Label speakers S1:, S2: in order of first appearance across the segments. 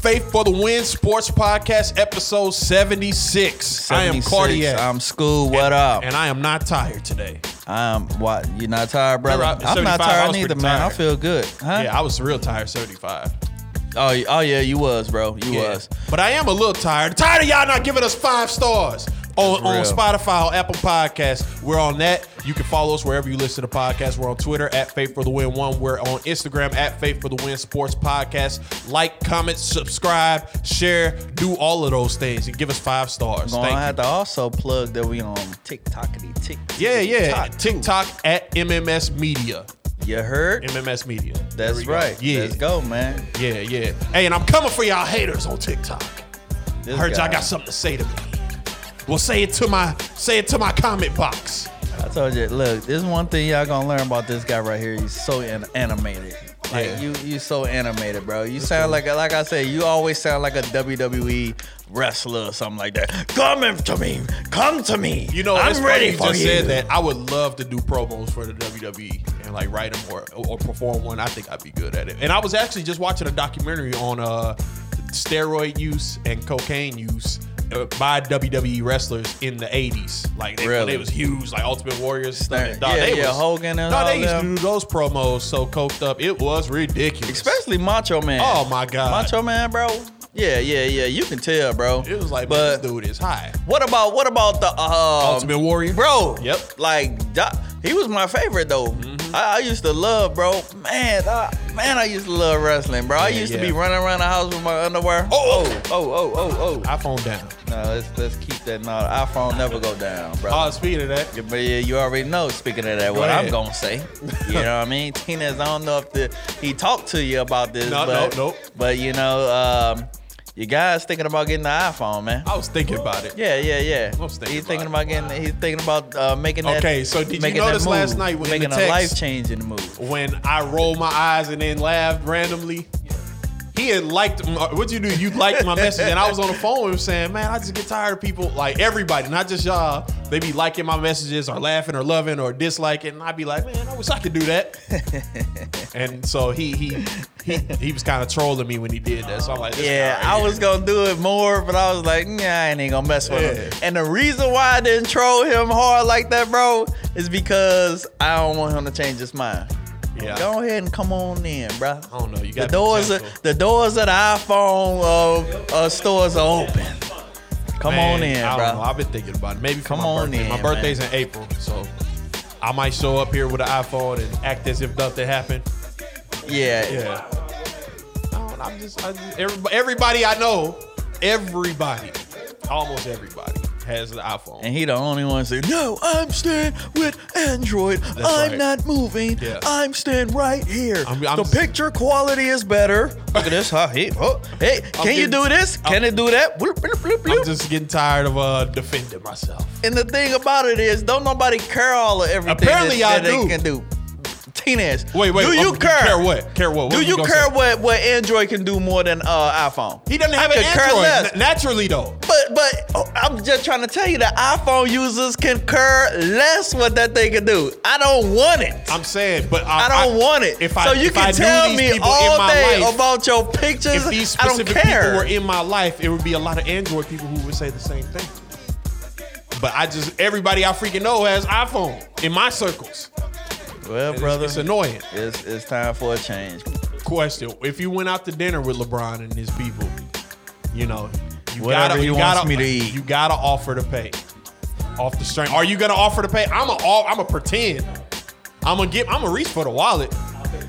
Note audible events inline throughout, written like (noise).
S1: Faith for the Win Sports Podcast, episode 76. I am
S2: 76.
S1: Cardiac.
S2: I'm school. What up?
S1: and I am not tired today.
S2: I'm what? You not tired, brother?
S1: Remember, I-
S2: I'm
S1: 75,
S2: not
S1: I
S2: tired
S1: was
S2: neither,
S1: pretty
S2: man. I
S1: tired.
S2: feel good. Huh?
S1: Yeah, I was real tired, 75.
S2: Oh, y- oh yeah, you was, bro. You
S1: Yeah.
S2: was.
S1: But I am a little tired. Tired of y'all not giving us five stars on,
S2: For
S1: on
S2: real.
S1: Spotify, on Apple Podcasts. We're on that. You can follow us wherever you listen to podcasts. We're on Twitter at Faith for the Win One. We're on Instagram at Faith for the Win Sports Podcast. Like, comment, subscribe, share, do all of those things, and give us five stars.
S2: Gonna
S1: Thank you.
S2: have to also plug that we on TikTokity tick.
S1: Yeah, yeah.
S2: TikTok.
S1: TikTok at MMS Media.
S2: You heard?
S1: MMS Media. There we
S2: That's
S1: go.
S2: right.
S1: Yeah.
S2: Let's go, man.
S1: Yeah, yeah. Hey, and I'm coming for y'all haters on TikTok.
S2: This
S1: I heard
S2: guy.
S1: y'all got something to say to me. Well, say it to my say it to my comment box.
S2: I told you, look, this one thing y'all gonna learn about this guy right here. He's so an- animated. Like
S1: Yeah.
S2: you, you so animated, bro. You sound like, like I said, you always sound like a WWE wrestler or something like that. Come to me, come to me.
S1: You know, it's
S2: I'm
S1: funny
S2: ready
S1: you
S2: for
S1: just
S2: you.
S1: said that. I would love to do promos for the WWE and like write them or, or perform one. I think I'd be good at it. And I was actually just watching a documentary on uh, steroid use and cocaine use uh, by WWE wrestlers in the '80s. Like they, when
S2: Really?
S1: they was huge, like Ultimate Warriors. Stuff.
S2: Stan-
S1: Dawg,
S2: yeah,
S1: they
S2: yeah,
S1: was,
S2: Hogan
S1: dawg,
S2: and all
S1: they used
S2: them.
S1: to do those promos so coked up. It was ridiculous.
S2: Especially Macho Man.
S1: Oh, my God.
S2: Macho Man, bro. Yeah, yeah, yeah. You can tell, bro.
S1: it was like, man,
S2: but
S1: this dude is high.
S2: what about what about the uh,
S1: Ultimate Warrior.
S2: bro?
S1: Yep. Mm-hmm.
S2: Like Doc- he was my favorite though. I, I used to love, bro. Man, I, man, I used to love wrestling, bro. I
S1: Yeah,
S2: used
S1: yeah.
S2: to be running around the house with my underwear.
S1: Oh, oh.
S2: oh, oh, oh, oh.
S1: iPhone down.
S2: No, let's let's keep that. No, the iPhone never go down, bro.
S1: Oh, speaking of that,
S2: Yeah, But yeah, you already know. Speaking of that, what
S1: ahead.
S2: I'm gonna
S1: (laughs)
S2: say, you know what I mean? Tinez, I don't know if the, he talked to you about this.
S1: No,
S2: but,
S1: no, nope.
S2: But you know, um, you guys thinking about getting the iPhone, man?
S1: I was thinking about it.
S2: Yeah, yeah, yeah.
S1: I was thinking
S2: he's
S1: about
S2: thinking
S1: it.
S2: about getting. He's thinking about uh, making that.
S1: Okay, so did you
S2: making that
S1: notice last
S2: move,
S1: night when- in
S2: making
S1: the text-
S2: a life changing move?
S1: when I rolled my eyes and then laughed randomly. He had liked. my- What'd you do? You liked my message, and I was on the phone with him saying, "Man, I just get tired of people like everybody, not just y'all. They be liking my messages, or laughing, or loving, or disliking." And I'd be like, "Man, I wish I could do that."
S2: (laughs)
S1: and so he he he, he was kind of trolling me when he did that. So I'm like, this
S2: Yeah,
S1: guy right
S2: I was gonna do it more, but I was like, nah, I ain't gonna mess with him.
S1: Yeah.
S2: And the reason why I didn't troll him hard like that, bro, is because I don't want him to change his mind.
S1: here." yeah."
S2: Go ahead and come on in, bro.
S1: I don't know. You got
S2: The doors, of, the doors of the iPhone uh, uh, stores are open. Come on in,
S1: I don't know.
S2: bro.
S1: I've been thinking about it. Maybe for
S2: Come
S1: my
S2: on
S1: birthday.
S2: in,
S1: my birthday's in April, so I might show up here with an iPhone and act as if nothing happened.
S2: Yeah.
S1: Yeah. I don't, I'm just, I just everybody, everybody I know, everybody, almost everybody has an iPhone.
S2: And he the only one say, "No, I'm staying with Android. I'm
S1: right.
S2: not moving.
S1: Yeah.
S2: I'm staying right here.
S1: I'm- I'm
S2: the
S1: s-
S2: picture quality is better. Look at this. Huh? Hey, oh, hey,
S1: I'm
S2: can you
S1: getting-
S2: do this?
S1: I'm-
S2: can it do that? Bloop, bloop, bloop, bloop.
S1: I'm just getting tired of uh, defending myself.
S2: and the thing about it is, don't nobody care all of everything
S1: Apparently
S2: that, that
S1: y'all
S2: they
S1: do.
S2: can do. Teenage.
S1: Wait, wait.
S2: Do
S1: oh,
S2: you care?
S1: Care what? Care what? What
S2: Do
S1: was
S2: you
S1: gonna
S2: care
S1: say?
S2: what, what Android can do more than uh, iPhone?
S1: He doesn't
S2: I
S1: have an
S2: could care
S1: Android.
S2: less.
S1: N- naturally, though.
S2: But but oh, I'm just trying to tell you that iPhone users can care less what that thing can do. I don't want it.
S1: I'm saying, but
S2: I
S1: I,
S2: don't want it.
S1: If I,
S2: so you
S1: if I
S2: can
S1: knew
S2: tell
S1: these
S2: me
S1: people in
S2: all
S1: my
S2: day
S1: life,
S2: about your pictures.
S1: if these
S2: I don't
S1: specific people
S2: care.
S1: were in my life, it would be a lot of Android people who would say the same thing. But I just everybody I freaking know has iPhone in my circles.
S2: well,
S1: It's-
S2: brother,
S1: it's annoying.
S2: it's it's time for a change.
S1: Question: If you went out to dinner with LeBron and his people, you know, you
S2: Whatever
S1: gotta,
S2: he
S1: you
S2: wants
S1: gotta,
S2: me to eat.
S1: you gotta offer to pay off the string. Are you gonna offer to pay? I'm a, I'm a pretend. I'm gonna get. I'm gonna reach for the wallet.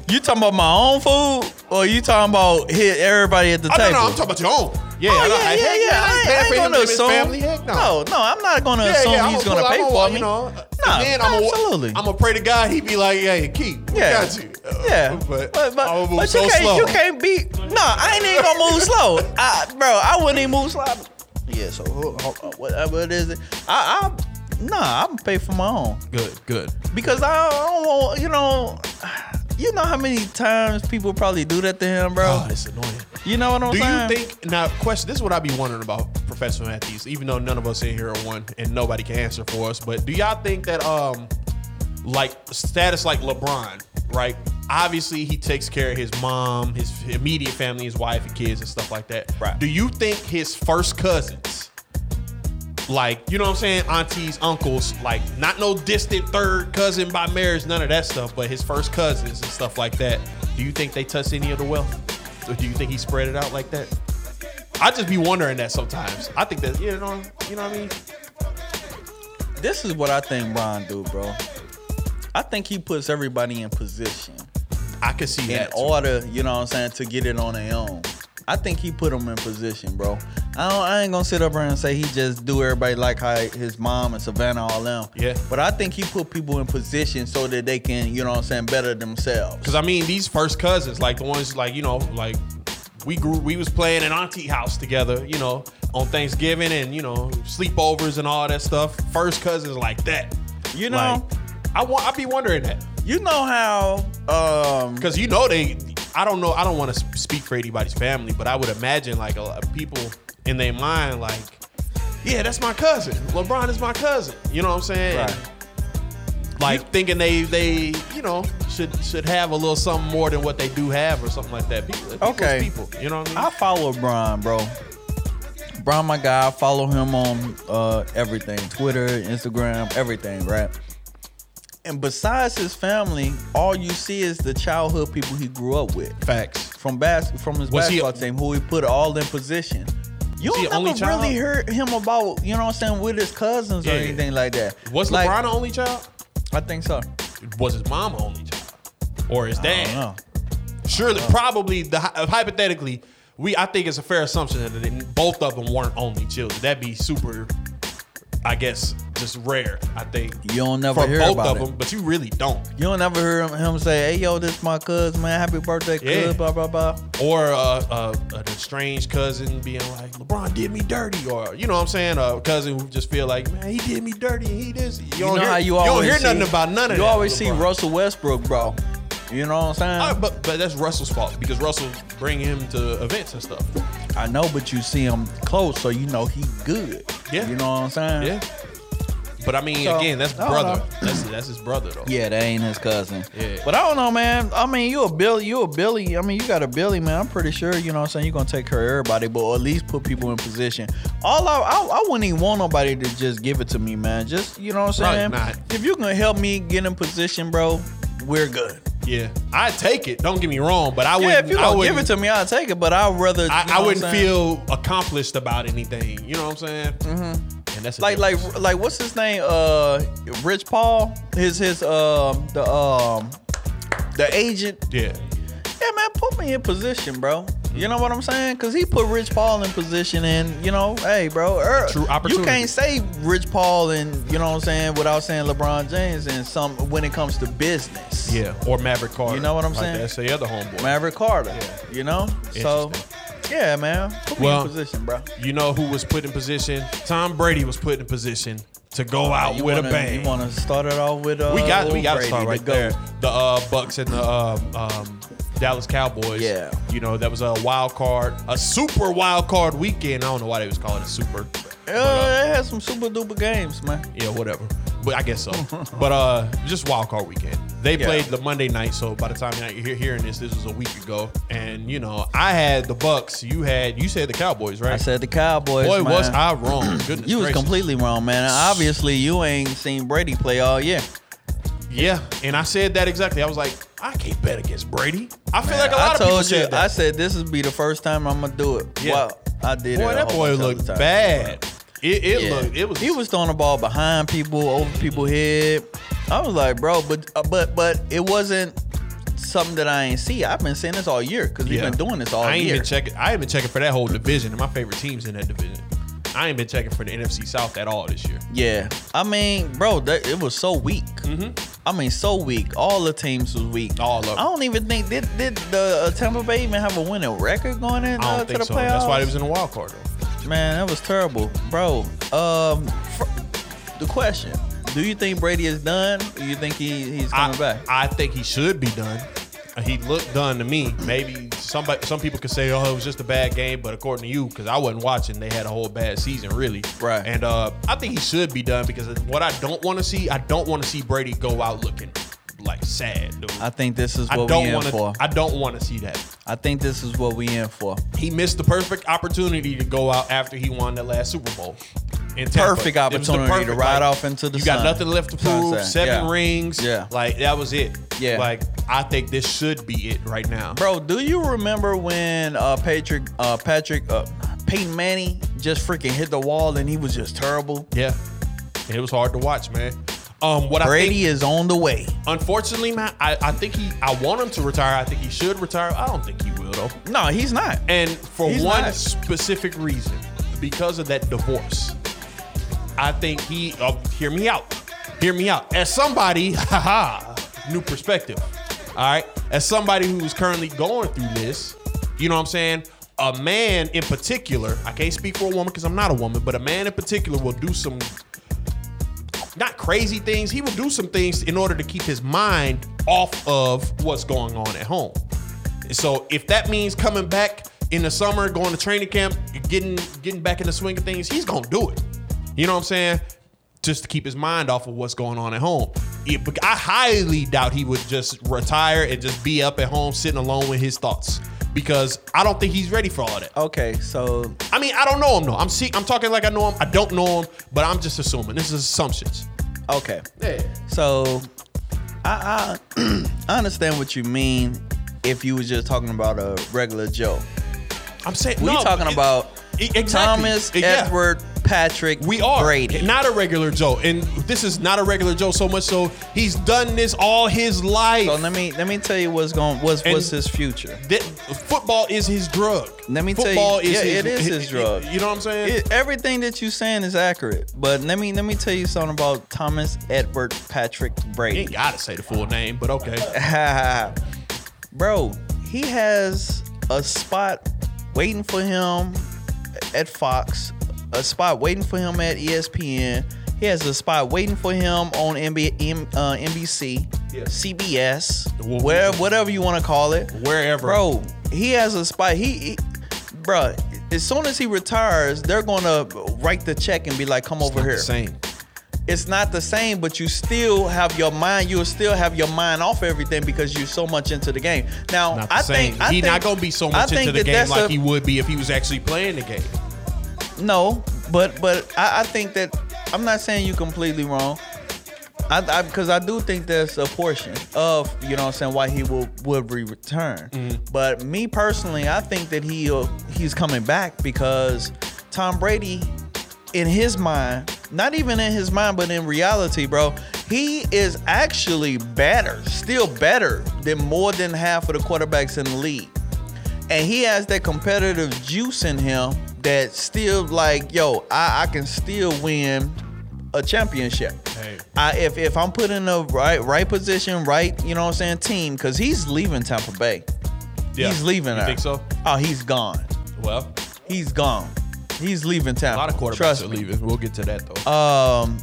S2: You talking about my own food, or you talking about hit everybody at the
S1: I don't
S2: table?
S1: know. I'm talking about your own. Yeah,
S2: Oh,
S1: I-
S2: yeah,
S1: I-
S2: yeah,
S1: heck,
S2: yeah. I, ain't- I ain't
S1: paying him
S2: gonna
S1: to his
S2: assume.
S1: family. Heck no.
S2: no, no, I'm not gonna assume he's
S1: I'ma
S2: gonna
S1: pull-
S2: pay
S1: I'ma-
S2: for
S1: You
S2: me.
S1: know,
S2: Nah,
S1: then I'm
S2: absolutely.
S1: I'm gonna pray to God. He be like, "Hey, keep.
S2: Yeah.
S1: got you." Uh,
S2: Yeah.
S1: but,
S2: But, but,
S1: I'ma move
S2: but
S1: so
S2: you, can't,
S1: slow.
S2: you can't beat. No, I ain't even gonna move slow. I, bro, I wouldn't even move slow. Yeah, so hold, hold, hold, what, what is it? I, I, nah, I'm gonna pay for my own.
S1: Good, good.
S2: Because I, don't want, you know, you know how many times people probably do that to him, bro?
S1: God, it's annoying.
S2: You know what I'm
S1: Uh, Do you
S2: saying?
S1: think now? Question: This is what I be wondering about Professor Matthews. Even though none of us in here are one, and nobody can answer for us, but do y'all think that um, like status like LeBron, right? obviously he takes care of his mom, his immediate family, his wife and kids and stuff like that.
S2: Right.
S1: Do you think his first cousins, like, you know what I'm saying, aunties, uncles, like not no distant third cousin by marriage, none of that stuff, but his first cousins and stuff like that, do you think they touch any of the wealth? Or do you think he spread it out like that? I just be wondering that sometimes. I think that you know, you know what I mean.
S2: This is what I think Ron do, bro. I think he puts everybody in position
S1: I could see
S2: in
S1: that. too.
S2: order, you know what I'm saying, to get it on their own. I think he put them in position, bro. I don't, I ain't gonna sit up here and say he just do everybody like how his mom and Savannah all them.
S1: Yeah.
S2: But I think he put people in position so that they can, you know what I'm saying, better themselves.
S1: Cause I mean, these first cousins, like the ones, like you know, like we grew, we was playing in auntie house together, you know, on Thanksgiving and you know sleepovers and all that stuff. First cousins like that,
S2: You know,
S1: Like, I want, I be wondering that,
S2: you know how um
S1: cause you know they, I don't know, I don't want to speak for anybody's family, but I would imagine like a lot of people in their mind, like, yeah, that's my cousin. LeBron is my cousin. You know what I'm saying?
S2: Right.
S1: Like thinking they, they, you know, should should have a little something more than what they do have or something like that. People, people's
S2: Okay.
S1: people. You know what I mean?
S2: I follow Brian, bro. Brian, my guy, I follow him on uh, everything Twitter, Instagram, everything, right? And besides his family, all you see is the childhood people he grew up with.
S1: Facts.
S2: From bas- from his
S1: Was he-
S2: basketball team, who he put all in position. You
S1: Was he
S2: don't
S1: only
S2: never
S1: child?
S2: really hear him about, you know what I'm saying, with his cousins or
S1: Yeah.
S2: anything like that.
S1: Was
S2: like,
S1: LeBron the only child?
S2: I think so.
S1: Was his mom the only child, or his
S2: I don't
S1: dad?
S2: know.
S1: Surely, probably the hy- uh, hypothetically, we I think it's a fair assumption that they- both of them weren't only children. That'd be super, I guess, just rare. I think
S2: You don't never
S1: for
S2: hear
S1: both
S2: about
S1: of
S2: it.
S1: them, but you really don't.
S2: You don't ever hear him, him say, "Hey, yo, this my cousin, man. Happy birthday,
S1: Yeah.
S2: cuz." Blah blah blah.
S1: Or uh, uh, an estranged cousin being like, LeBron did me dirty, or you know what I'm saying, a cousin who just feel like, man, he did me dirty, and he this. You,
S2: You
S1: don't
S2: know
S1: hear,
S2: how you
S1: you
S2: always
S1: don't hear
S2: see,
S1: nothing about none of
S2: You
S1: that.
S2: always see
S1: LeBron.
S2: Russell Westbrook, bro. You know what
S1: Uh,
S2: I'm saying?
S1: but but that's Russell's fault because Russell bring him to events and stuff.
S2: I, know, but you see him close, so you know he good.
S1: Yeah.
S2: You know what I'm saying?
S1: Yeah. But I mean,
S2: So,
S1: again, that's
S2: I don't
S1: brother.
S2: know.
S1: That's that's his brother though.
S2: Yeah, that ain't his cousin.
S1: Yeah.
S2: But I don't know, man. I mean, you a Billy, you a Billy. I mean, you got a Billy, man. I'm pretty sure, you know what I'm saying, you're gonna take care of everybody, but at least put people in position. All I I, I wouldn't even want nobody to just give it to me, man. Just you know what
S1: Probably
S2: I'm saying?
S1: not.
S2: If you can help me get in position, bro, we're good.
S1: Yeah. I take it. Don't get me wrong, but I
S2: Yeah,
S1: wouldn't.
S2: if you
S1: I
S2: gonna
S1: wouldn't,
S2: give it to me, I'll take it. But I'd rather you
S1: I,
S2: know
S1: I
S2: what
S1: wouldn't
S2: I'm saying?
S1: feel accomplished about anything. You know what I'm saying? Mm-hmm. And that's a
S2: like
S1: difference.
S2: like like what's his name? Uh, Rich Paul. His his um the um the agent.
S1: yeah.
S2: Yeah, man, put me in position, bro. You know what I'm saying? Cause he put Rich Paul in position, and you know, hey, bro, er,
S1: True
S2: You
S1: opportunity.
S2: can't say Rich Paul and you know what I'm saying without saying LeBron James and some when it comes to business.
S1: Yeah. Or Maverick Carter.
S2: know what I'm
S1: Like,
S2: saying?
S1: That's the other homeboy.
S2: Maverick Carter.
S1: Yeah.
S2: You know, so yeah, man, put me
S1: Well,
S2: in position, bro.
S1: you know who was put in position? Tom Brady was put in position to go out
S2: You
S1: with
S2: wanna-
S1: a bang.
S2: You want to start it off with? Uh,
S1: we got we
S2: Brady,
S1: got to start right
S2: the
S1: there.
S2: GOAT.
S1: The uh, Bucks and the um, um, Dallas Cowboys.
S2: Yeah.
S1: you know that was a wild card, a super wild card weekend. I don't know why they was calling it super.
S2: Uh, it had some super duper games, man.
S1: Yeah, whatever. But I guess so. but uh, just wild card weekend. They
S2: Yeah.
S1: played the Monday night, so by the time you're he- hearing this, this was a week ago. And you know, I had the Bucks. You had you said the Cowboys, right?
S2: I said the Cowboys.
S1: Boy,
S2: man.
S1: was I wrong?
S2: (clears throat)
S1: Goodness
S2: You was
S1: gracious.
S2: completely wrong, man. Obviously, you ain't seen Brady play all year.
S1: Yeah, and I said that exactly. I was like, I can't bet against Brady. I feel like a
S2: I
S1: lot of people
S2: told you.
S1: said that.
S2: I said this would be the first time I'm gonna do it.
S1: Yeah.
S2: Wow, I did it.
S1: Boy,
S2: a
S1: that
S2: whole
S1: boy
S2: bunch of
S1: looked
S2: times.
S1: bad. It, it
S2: Yeah.
S1: looked it was
S2: He was throwing the ball behind people, over people's head. I was like, bro, but uh, but but it wasn't something that I ain't see. I've been seeing this all year because we've
S1: Yeah.
S2: been doing this all
S1: I ain't
S2: year.
S1: been checking. I ain't been checking for that whole division and my favorite teams in that division. I ain't been checking for the NFC South at all this year.
S2: Yeah, I mean, bro, that it was so weak. I mean, so weak. All the teams was weak.
S1: Mm-hmm. All of them.
S2: I don't even think did did the uh, Tampa Bay even have a winning record going in
S1: I
S2: uh,
S1: don't
S2: to
S1: think
S2: the
S1: so.
S2: playoffs.
S1: That's why they was in the wild card though.
S2: Man, that was terrible, bro. Um, fr- the question: Do you think Brady is done? Or you think he he's coming
S1: I,
S2: back?
S1: I think he should be done. Uh, He looked done to me. Maybe somebody, some people could say, "Oh, it was just a bad game," but according to you, because I wasn't watching, they had a whole bad season, really.
S2: Right.
S1: And uh, I think he should be done because what I don't want to see, I don't want to see Brady go out looking like sad, dude.
S2: I think this is
S1: I
S2: what we
S1: don't
S2: in
S1: want to.
S2: for.
S1: I don't want to see that.
S2: I think this is what we in for.
S1: He missed the perfect opportunity to go out after he won the last Super Bowl. In Tampa.
S2: Perfect
S1: It was the
S2: opportunity to ride off into the
S1: You got
S2: sun.
S1: nothing left to prove.
S2: Sunset,
S1: Seven
S2: yeah.
S1: rings.
S2: Yeah.
S1: like that was it.
S2: Yeah.
S1: like I think this should be it right now.
S2: Bro, do you remember when uh, Patrick, uh, Patrick, uh, Peyton Manning just freaking hit the wall and he was just terrible?
S1: Yeah, it was hard to watch, man. Um, what I think,
S2: Brady is on the way.
S1: unfortunately, man, I, I think he. I want him to retire. I think he should retire. I don't think he will though.
S2: No, he's not.
S1: And for
S2: He's
S1: one
S2: not.
S1: specific reason, because of that divorce, I think he. Uh, hear me out. Hear me out. As somebody, (laughs) haha, new perspective. All right. As somebody who's currently going through this, you know what I'm saying? A man in particular, I can't speak for a woman because I'm not a woman, but a man in particular will do some not crazy things. He will do some things in order to keep his mind off of what's going on at home. So if that means coming back in the summer, going to training camp, getting getting back in the swing of things, he's gonna do it. You know what I'm saying? Just to keep his mind off of what's going on at home. It- but I highly doubt he would just retire and just be up at home sitting alone with his thoughts because I don't think he's ready for all that.
S2: Okay, so
S1: I mean, I don't know him though. I'm see, I'm talking like I know him. I don't know him, but I'm just assuming. This is assumptions.
S2: okay,
S1: Yeah.
S2: so I I, (clears throat) I understand what you mean. If you was just talking about a regular Joe,
S1: I'm saying
S2: we
S1: no,
S2: talking
S1: it-
S2: about
S1: e- exactly.
S2: Thomas
S1: Yeah.
S2: Edward Patrick.
S1: We are
S2: Brady.
S1: not a regular Joe, and this is not a regular Joe so much so he's done this all his life.
S2: so let me let me tell you what's going what's
S1: And-
S2: what's his future.
S1: That- football is his drug.
S2: Let me tell you-
S1: football is
S2: yeah,
S1: his,
S2: it is his drug.
S1: You know what I'm saying?
S2: It- everything that you saying is accurate, but let me let me tell you something about Thomas Edward Patrick
S1: you
S2: Brady.
S1: ain't gotta say the full name, but okay.
S2: (laughs) Bro, he has a spot waiting for him at Fox, a spot waiting for him at E ESPN. He has a spot waiting for him on NB, M, uh, NBC,
S1: Yeah.
S2: CBS,
S1: Wha-
S2: where, whatever you want to call it.
S1: Wherever.
S2: Bro, he has a spot. He, he bro, as soon as he retires, they're going to write the check and be like, come over
S1: Not the
S2: here
S1: Same.
S2: it's not the same, but you still have your mind. You'll still have your mind off everything because you're so much into the game. Now,
S1: Not the
S2: I
S1: same.
S2: think I
S1: he
S2: think,
S1: not gonna be so
S2: I
S1: much
S2: think
S1: into the
S2: that
S1: game
S2: that's
S1: like
S2: a-
S1: he would be if he was actually playing the game.
S2: No, but but I, I think that I'm not saying you completely wrong. I because I, do think there's a portion of you know what I'm saying why he will would re- return. But me personally, I think that he he's coming back because Tom Brady, in his mind, not even in his mind, but in reality, bro, he is actually better, still better than more than half of the quarterbacks in the league and he has that competitive juice in him that still like yo i, I can still win a championship
S1: Hey.
S2: I, if, if i'm put in the right right position right you know what i'm saying team because he's leaving tampa bay
S1: Yeah.
S2: he's leaving
S1: You
S2: her.
S1: think so?
S2: oh he's gone
S1: Well,
S2: he's gone he's leaving
S1: a
S2: tampa
S1: lot of quarterbacks
S2: Trust
S1: are
S2: me.
S1: leaving. We'll get to that though.
S2: Um,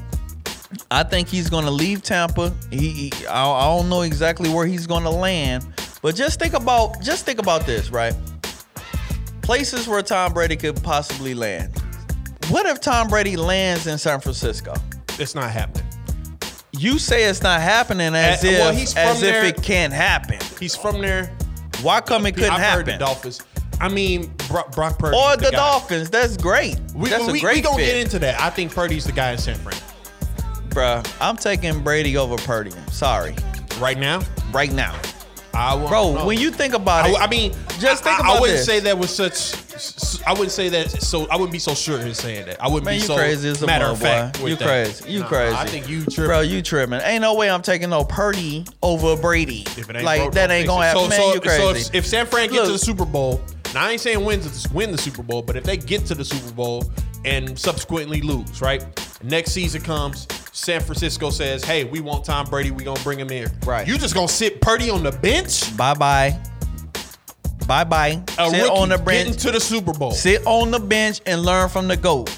S2: I think he's going to leave Tampa. He, he- I, I don't know exactly where he's going to land, but just think about just think about this, right? Places where Tom Brady could possibly land. What if Tom Brady lands in San Francisco?
S1: it's not happening.
S2: You say it's not happening as
S1: Uh,
S2: if
S1: well, he's from
S2: as
S1: there.
S2: if it can't happen.
S1: He's from there.
S2: Why come it couldn't
S1: I've heard the
S2: happen?
S1: Dolphins. I mean, Brock, Brock Purdy.
S2: or the,
S1: guy.
S2: Dolphins? That's great.
S1: We,
S2: That's
S1: we,
S2: a great
S1: we gonna
S2: fit,
S1: get into that. I think Purdy's the guy in San Fran
S2: bruh. I'm taking Brady over Purdy. Sorry,
S1: right now.
S2: right now,
S1: I will,
S2: bro. When you think about
S1: Oh. I,
S2: it,
S1: I mean,
S2: Just
S1: I-
S2: think
S1: I, I
S2: about
S1: wouldn't
S2: this.
S1: say that was such. s- I wouldn't say that. So I wouldn't be so sure in saying that. I wouldn't
S2: Man,
S1: be
S2: you
S1: so
S2: crazy as a
S1: matter
S2: mother,
S1: of fact.
S2: boy.
S1: with
S2: You
S1: that.
S2: crazy. You
S1: Nah,
S2: crazy.
S1: I think you tripping.
S2: Bro, you tripping. Ain't no way I'm taking no Purdy over Brady.
S1: If it ain't
S2: like,
S1: broke,
S2: that
S1: don't
S2: ain't
S1: fix
S2: gonna
S1: it.
S2: happen.
S1: So,
S2: Man,
S1: so,
S2: you crazy.
S1: so if, if San Fran gets to the
S2: Look.
S1: Super Bowl, now I ain't saying win the, win the Super Bowl, but if they get to the Super Bowl and subsequently lose, right? Next season comes, San Francisco says, "Hey, we want Tom Brady. We gonna bring him here."
S2: Right.
S1: You just gonna sit Purdy on the bench?
S2: bye bye. Bye bye.
S1: A
S2: Sit
S1: rookie
S2: on the
S1: getting
S2: bench.
S1: to the Super Bowl.
S2: sit on the bench and learn from
S1: (laughs)
S2: the GOAT.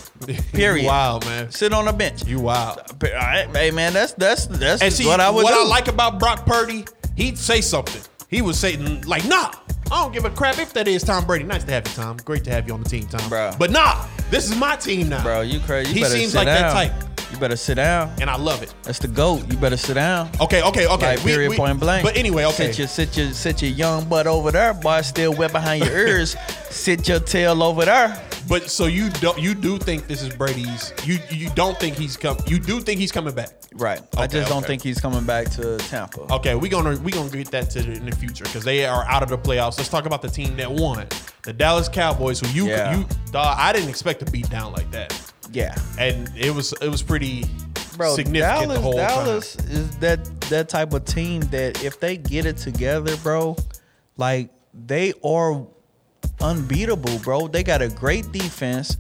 S2: Period.
S1: You wild man.
S2: Sit on the bench.
S1: You wild.
S2: All right, Hey man, that's that's that's
S1: And see,
S2: what I would do.
S1: like about Brock Purdy, he'd say something. He would say like, "Nah, I don't give a crap if that is Tom Brady. Nice to have you, Tom. Great to have you on the team, Tom.
S2: Bruh.
S1: But nah, this is my team now,
S2: Bro, you crazy. You
S1: he
S2: better
S1: seems
S2: sit
S1: like
S2: down.
S1: that type.
S2: You better sit down.
S1: and I love it.
S2: That's the goat. You better sit down.
S1: Okay, okay, okay.
S2: Like period, point blank.
S1: But anyway, okay.
S2: Sit your sit your sit your young butt over there, boy. Still wet behind your
S1: (laughs)
S2: ears. sit your tail over there.
S1: But so you don't you do think this is Brady's? You you don't think he's come? You do think he's coming back?
S2: Right. I
S1: Okay,
S2: just don't
S1: okay. Oh.
S2: think he's coming back to Tampa.
S1: Okay, we gonna we gonna get that to the, in the future because they are out of the playoffs. Let's talk about the team that won, the Dallas Cowboys. Who you
S2: Yeah.
S1: you dawg, I didn't expect to beat down like that,
S2: Yeah.
S1: and it was it was pretty
S2: Bro,
S1: significant
S2: Dallas,
S1: the whole
S2: Dallas
S1: time.
S2: is that that type of team that if they get it together, bro, like they are unbeatable, bro. They got a great defense,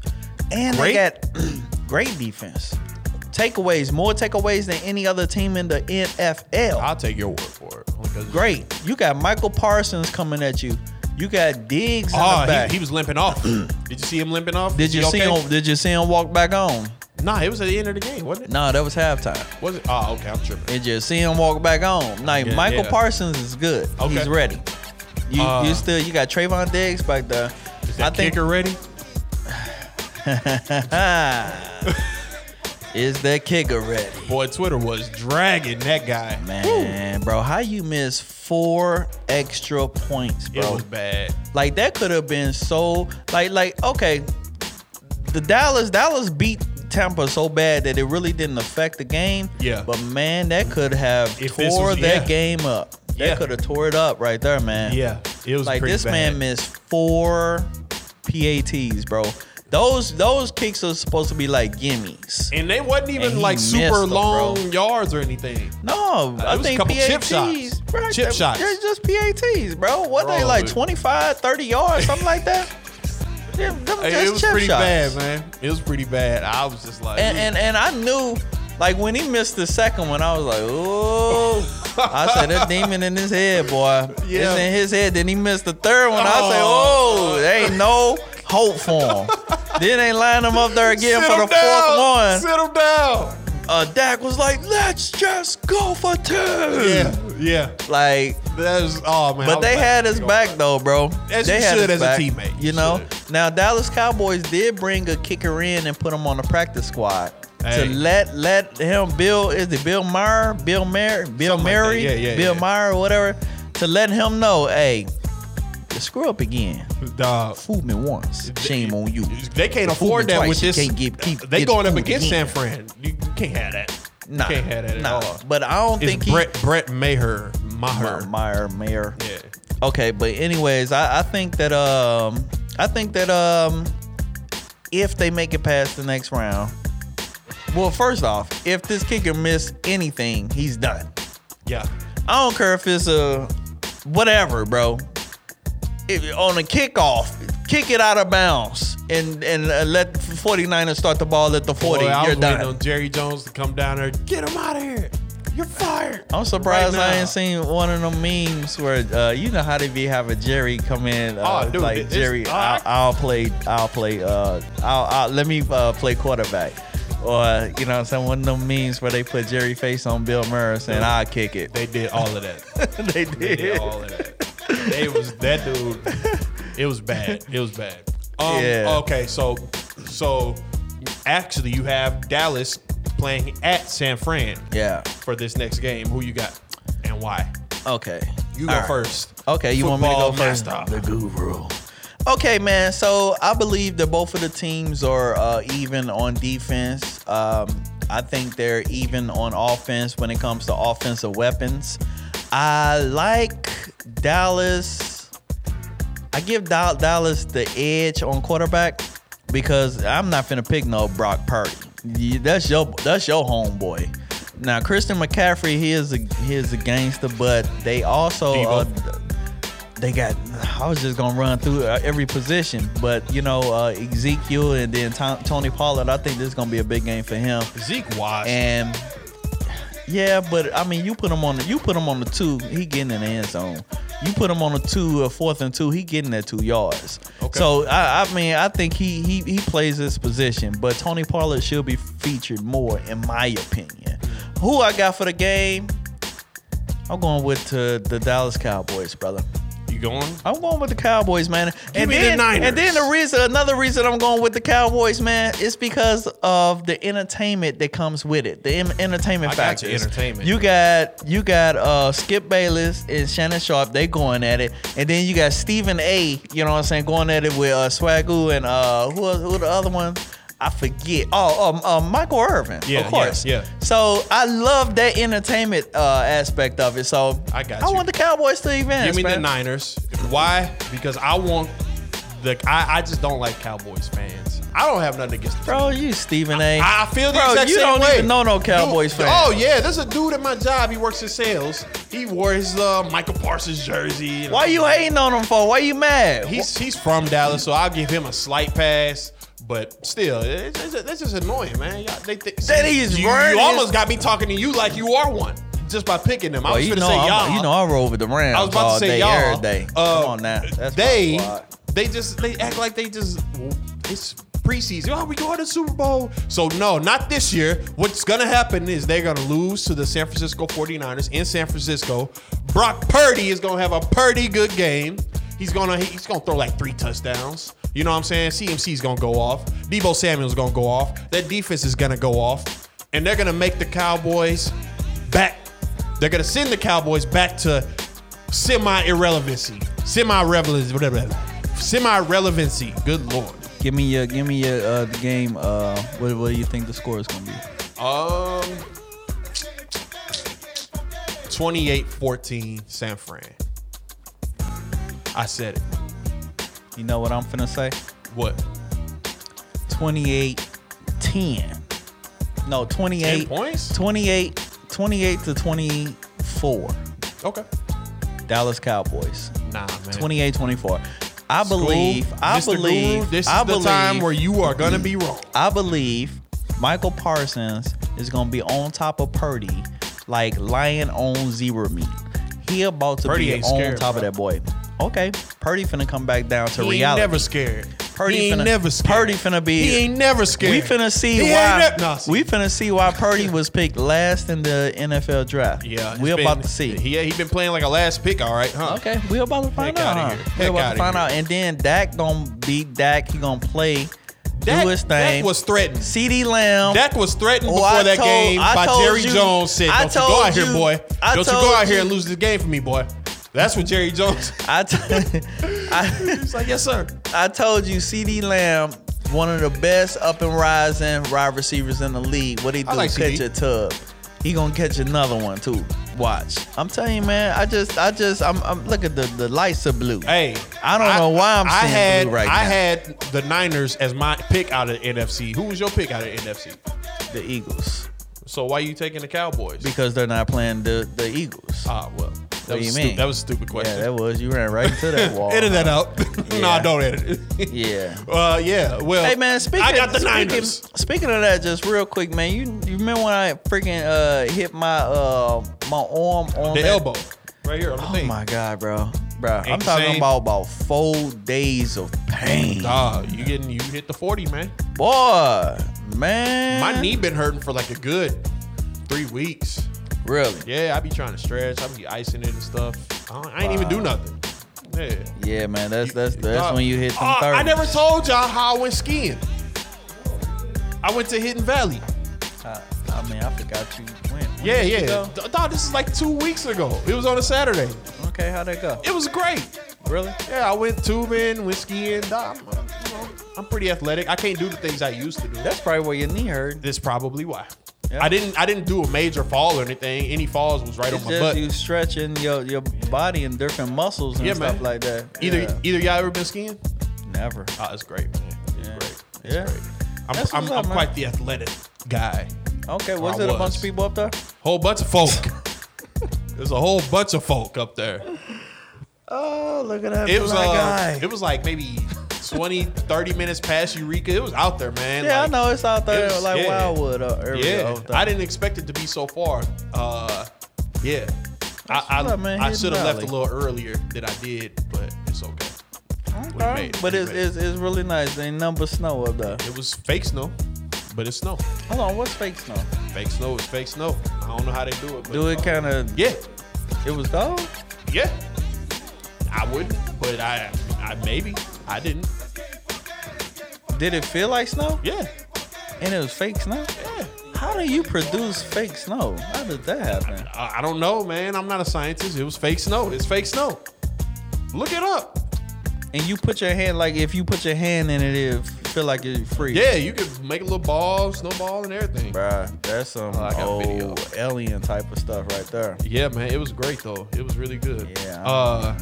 S2: and
S1: Great?
S2: they got (clears throat) great defense. Takeaways, more takeaways than any other team in the NFL.
S1: I'll take your word for it. only 'cause-
S2: great. You got Michael Parsons coming at you. You got Diggs in the
S1: Oh,
S2: back.
S1: he, he was limping
S2: (clears throat)
S1: off. Did you see him limping off?
S2: did you
S1: He
S2: see
S1: okay?
S2: him? Did you see him walk back on?
S1: Nah, it was at the end of the game, wasn't it?
S2: No, that was halftime.
S1: Was it? Oh, okay, I'm tripping.
S2: and just see him walk back on. Like
S1: Yeah,
S2: Michael
S1: yeah.
S2: Parsons is good.
S1: Okay.
S2: He's ready. You,
S1: Uh,
S2: you still you got Trayvon Diggs back there.
S1: Is that
S2: I think
S1: kicker ready?
S2: is that kicker ready?
S1: Boy, Twitter was dragging that guy.
S2: Man, bro, how you miss four extra points,
S1: It
S2: bro?
S1: was bad.
S2: Like that could have been so like like okay, the Dallas Dallas beat Tampa so bad that it really didn't affect the game.
S1: Yeah.
S2: But man, that could have
S1: If this
S2: tore
S1: was-
S2: that
S1: yeah.
S2: game up. That
S1: Yeah.
S2: could have tore it up right there, man.
S1: Yeah, it was
S2: like
S1: pretty
S2: this
S1: bad.
S2: man missed four PATs, bro. Those those kicks are supposed to be like gimmies.
S1: and they wasn't even
S2: he
S1: like
S2: missed
S1: super
S2: them, bro.
S1: long yards or anything.
S2: No, I
S1: uh, it was a
S2: think
S1: couple
S2: PATs.
S1: chip shots.
S2: Right,
S1: Chip
S2: they-
S1: shots.
S2: They're just PATs, bro. What they
S1: Bro,
S2: like
S1: it-
S2: 25, 30 yards, something
S1: (laughs)
S2: like that. Them, them
S1: Hey,
S2: just
S1: it was
S2: chip
S1: pretty
S2: shots.
S1: bad, man. It was pretty bad. I was just like,
S2: And, and and I knew, like when he missed the second one, I was like, oh. I said that demon in his head, boy.
S1: Yeah.
S2: It's in his head. Then he missed the third one. I said,
S1: Oh.
S2: oh, there ain't no hope for him. then they lined him up there again
S1: Sit
S2: for the
S1: him down.
S2: fourth one.
S1: Sit him down.
S2: Uh, Dak was like, let's just go for two.
S1: Yeah,
S2: (clears throat)
S1: yeah.
S2: Like,
S1: That was oh man. I
S2: but
S1: was
S2: they
S1: like,
S2: had us back though, bro.
S1: As
S2: they
S1: you
S2: had
S1: should
S2: us
S1: as a teammate.
S2: You
S1: You
S2: know.
S1: should.
S2: Now Dallas Cowboys did bring a kicker in and put him on the practice squad
S1: Hey.
S2: to let let him Bill is it Bill Meyer, Bill Mayer, Bill
S1: Something like
S2: Mary,
S1: that. Yeah, yeah,
S2: Bill
S1: yeah.
S2: Meyer, whatever, to let him know, hey, you screw up again.
S1: Dog.
S2: Fool me once, shame on you.
S1: They can't
S2: Fool me
S1: afford that
S2: twice,
S1: with
S2: you
S1: this.
S2: Can't get, keep,
S1: they
S2: get
S1: going up
S2: fooled
S1: against
S2: again.
S1: San Fran. You can't have that. You
S2: Nah,
S1: can't have that at
S2: nah.
S1: all.
S2: But I don't
S1: It's
S2: think he-
S1: Brett Brett Maher Maher.
S2: Meyer, Mayer.
S1: Yeah.
S2: Okay, but anyways, I, I think that um I think that um if they make it past the next round, well, first off, if this kicker miss anything, he's done.
S1: Yeah.
S2: I don't care if it's a whatever, bro. If, on a kickoff, kick it out of bounds and and uh, let 49ers start the ball at the 40.
S1: Boy, I was
S2: You're done.
S1: waiting on Jerry Jones to come down there. Get him out of here. You're fired.
S2: I'm surprised
S1: Right
S2: I
S1: now.
S2: ain't seen one of them memes where uh, you know how they be have a Jerry come in uh,
S1: Oh, dude,
S2: like
S1: it's-
S2: Jerry,
S1: it's-
S2: I'll, I'll play, I'll play, uh, I'll, I'll let me uh, play quarterback, or you know what I'm saying one of them memes where they put Jerry face on Bill Murray saying I'll kick it.
S1: They did all of that.
S2: (laughs) they
S1: They did
S2: did.
S1: all of that. It was that dude. It was bad. It was bad. Um,
S2: Yeah.
S1: Okay, so so actually, you have Dallas playing at San Fran
S2: Yeah.
S1: for this next game. Who you got and why?
S2: Okay.
S1: You go
S2: All right.
S1: first.
S2: Okay, you want me to go
S1: Football
S2: first?
S1: master.
S2: guru. Okay, man. So I believe that both of the teams are uh, even on defense. Um, I think they're even on offense when it comes to offensive weapons. I like Dallas. I give Dal- Dallas the edge on quarterback because I'm not finna pick no Brock Purdy. You- That's your that's your homeboy. Now Christian McCaffrey, he is a he is a gangster, but they also
S1: Debo.
S2: uh, they got. I was just gonna run through uh, every position, but you know uh, Ezekiel and then Tom, Tony Pollard. I think this is gonna be a big game for him.
S1: Zeke Wash.
S2: And yeah, but I mean, you put him on the you put him on the two, he getting in the end zone. You put him on the two, a fourth and two, he getting that two yards.
S1: Okay.
S2: So I, I mean, I think he he he plays this position, but Tony Pollard should be featured more, in my opinion. Who I got for the game? I'm going with uh, the Dallas Cowboys, brother.
S1: you
S3: You going?
S2: I'm going with the Cowboys, man. and
S3: me the
S2: then,
S3: Niners.
S2: And then the reason, another reason I'm going with the Cowboys, man, is because of the entertainment that comes with it. The em- entertainment
S1: I got
S2: factor.
S1: you, entertainment.
S2: You got you got uh, Skip Bayless and Shannon Sharp. They going at it, and then you got Stephen A. You know what I'm saying? Going at it with uh, Swagoo and uh, who else- who the other one? I forget. Oh, um, uh, Michael Irvin.
S1: Yeah,
S2: of course.
S1: yeah, yeah.
S2: So I love that entertainment uh, aspect of it. So
S1: I got
S2: I
S1: you.
S2: want the Cowboys to advance.
S1: Give me the
S2: man.
S1: Niners. Why? Because I want the. I, I just don't like Cowboys fans. I don't have nothing against. Them.
S2: Bro, you Stephen A.
S1: I feel the
S2: Bro,
S1: exact
S2: you
S1: same
S2: don't
S1: way.
S2: even know no Cowboys
S1: Dude,
S2: fan.
S1: Oh yeah, there's a dude at my job. He works in sales. He wore his uh, Michael Parsons jersey. and-
S2: Why you hating on him for? Why you mad?
S1: He's he's from Dallas, so I'll give him a slight pass. But still, it's, it's, that's just annoying, man. Y'all, they, think
S2: That he's
S1: you,
S2: running.
S1: you almost got me talking to you like you are one just by picking them. I
S2: Well,
S1: was
S2: you
S1: going
S2: know,
S1: to say
S2: I'm-
S1: y'all.
S2: you know, I roll with the Rams
S1: I was about
S2: all
S1: to say
S2: day,
S1: y'all.
S2: every day.
S1: Uh,
S2: Come on now, That's
S1: they
S2: my squad.
S1: they just they act like they just it's preseason. Oh, we going to the Super Bowl. So no, not this year. What's gonna happen is they're gonna lose to the San Francisco 49ers in San Francisco. Brock Purdy is gonna have a Purdy good game. He's gonna he's gonna throw like three touchdowns. You know what I'm saying? CMC's gonna go off. Debo Samuel's gonna go off. That defense is gonna go off. And they're gonna make the Cowboys back they're gonna send the Cowboys back to semi irrelevancy, semi relevance, whatever, semi relevancy. Good lord.
S2: Give me your, give me your uh, the game. Uh, what, what do you think the score is gonna be?
S1: Um, 28-14 San Fran. I said it.
S2: You know what I'm finna say?
S1: What?
S2: 28-10. No, 28
S1: 10 points?
S2: 28, 28 to 24.
S1: Okay.
S2: Dallas Cowboys.
S1: Nah, man.
S2: 28-24. I
S1: School,
S2: believe. I
S1: Mr. Guru,
S2: believe.
S1: this is
S2: I
S1: the
S2: believe,
S1: time where you are gonna be wrong.
S2: I believe Michael Parsons is gonna be on top of Purdy like lion on zebra meat. He about to
S1: Purdy
S2: be
S1: ain't
S2: on
S1: scared,
S2: top of
S1: bro.
S2: that boy. Okay, Purdy finna come back down to
S1: He ain't
S2: reality.
S1: never scared.
S2: Purdy
S1: he ain't
S2: finna-
S1: never scared.
S2: Purdy finna be-
S1: He ain't never scared.
S2: we finna see
S1: He ain't
S2: why
S1: nev- Nah, see.
S2: we finna see why Purdy was picked last in the NFL draft.
S1: Yeah, it's
S2: we about
S1: been-
S2: to see.
S1: He he been playing like a last pick, all right, huh?
S2: Okay, we about to find
S1: Heck
S2: out.
S1: outta
S2: huh?
S1: here.
S2: We
S1: Heck
S2: about to
S1: outta
S2: find
S1: here.
S2: out, and then Dak gonna beat Dak. He gonna play,
S1: Dak,
S2: do his thing.
S1: Dak was threatened.
S2: CD Lamb.
S1: Dak was threatened
S2: Oh,
S1: before
S2: I
S1: that
S2: told-
S1: game
S2: I
S1: by
S2: told
S1: Jerry
S2: you-
S1: Jones said,
S2: I
S1: "Don't you go
S2: told
S1: out
S2: you-
S1: here, boy.
S2: I
S1: Don't you
S2: told
S1: go out here and
S2: you-
S1: lose this game for me, boy." That's what Jerry
S2: (laughs)
S1: Jones.
S2: I, t- I,
S1: He's like, "Yes, sir."
S2: I told you, CD Lamb, one of the best up and rising wide receivers in the league. What he do?
S1: I like
S2: catch
S1: CD.
S2: a tub. He gonna catch another one too. Watch. I'm telling you, man. I just, I just, I'm, I'm look at the the lights are blue.
S1: Hey,
S2: I don't know why I'm
S1: I
S2: seeing
S1: had
S2: blue right
S1: I
S2: now.
S1: had the Niners as my pick out of the NFC. Who was your pick out of the NFC?
S2: the Eagles
S1: So why you taking the Cowboys?
S2: because they're not playing the the Eagles.
S1: ah, well, that
S2: What do
S1: was
S2: you
S1: stu-
S2: mean?
S1: that was a stupid
S2: yeah,
S1: question.
S2: that was you ran right
S1: (laughs)
S2: into that wall.
S1: edit that out. (laughs)
S2: Yeah.
S1: no, don't edit it.
S2: Yeah.
S1: Uh, yeah. Well,
S2: Hey man, speaking
S1: I got the
S2: speaking,
S1: Niners.
S2: Speaking of that, just real quick, man, you you remember when I freaking uh hit my uh my arm on
S1: The
S2: that-
S1: elbow, right here on the
S2: Oh
S1: thing.
S2: my god, bro, bro, I'm
S1: Ain't the
S2: talking
S1: same.
S2: about about four days of pain,
S1: Nah, you getting you hit the forty, man.
S2: boy, man.
S1: My knee been hurting for like a good three weeks.
S2: really?
S1: Yeah, I be trying to stretch. I be icing it and stuff. I, don't, I ain't even do nothing. Yeah.
S2: Yeah, man, that's that's that's
S1: Uh,
S2: when you hit them
S1: uh,
S2: third.
S1: I never told y'all how I went skiing. I went to Hidden Valley.
S2: I, I mean, I forgot you went. When
S1: Yeah,
S2: did you
S1: yeah.
S2: go?
S1: Th- dawg, this is like two weeks ago. It was on a Saturday.
S2: Okay, how'd that go?
S1: It was great.
S2: Really?
S1: Yeah, I went tubing, went skiing. Dawg, I'm, uh, you know, I'm pretty athletic. I can't do the things I used to do.
S2: That's probably where your knee hurt.
S1: That's probably why.
S2: Yeah.
S1: I didn't. I didn't do a major fall or anything. Any falls was right
S2: It's
S1: on my
S2: just
S1: butt.
S2: you stretching your, your body and different muscles and
S1: Yeah,
S2: stuff
S1: man.
S2: like that.
S1: Either
S2: Yeah.
S1: either y'all ever been skiing?
S2: never.
S1: Oh, it's great, man. It's
S2: Yeah.
S1: great. It's
S2: Yeah.
S1: great. I'm,
S2: That's
S1: I'm,
S2: what's up,
S1: I'm
S2: man.
S1: quite the athletic guy.
S2: Okay,
S1: Or
S2: was
S1: I
S2: it a bunch
S1: was.
S2: of people up there?
S1: Whole bunch of
S2: (laughs)
S1: folk. There's a whole bunch of folk up there.
S2: Oh, look at that
S1: It was uh, it was like maybe 20, 30 minutes past Eureka. It was out there, man.
S2: yeah,
S1: Like,
S2: I know it's out there
S1: it was-
S2: like
S1: yeah.
S2: Wildwood uh, area.
S1: Yeah,
S2: out there.
S1: I didn't expect it to be so far. Uh, yeah, I
S2: what's
S1: I,
S2: up, man.
S1: I
S2: Hidden
S1: should have left a
S2: Valley.
S1: little earlier than I did, but it's okay. we
S2: Okay.
S1: made it,
S2: But
S1: we
S2: it's,
S1: made it.
S2: it's it's really nice. Ain't number snow up there.
S1: It was fake snow, but it's snow.
S2: Hold on, what's fake snow?
S1: Fake snow is fake snow. I don't know how they do it. But
S2: Do it kind of?
S1: Yeah,
S2: It was cold.
S1: yeah. I wouldn't, but I, I maybe I didn't.
S2: Did it feel like snow?
S1: Yeah,
S2: And it was fake snow?
S1: yeah.
S2: How do you produce fake snow? How did that happen?
S1: I, I don't know, man. I'm not a scientist. It was fake snow. It's fake snow. Look it up.
S2: And you put your hand like if you put your hand in it, it feel like it free.
S1: Yeah, you could make a little ball, snowball, and everything.
S2: Bruh, that's some
S1: Oh, I got a video.
S2: old alien type of stuff right there.
S1: Yeah, man, it was great though. It was really good.
S2: Yeah.
S1: Uh,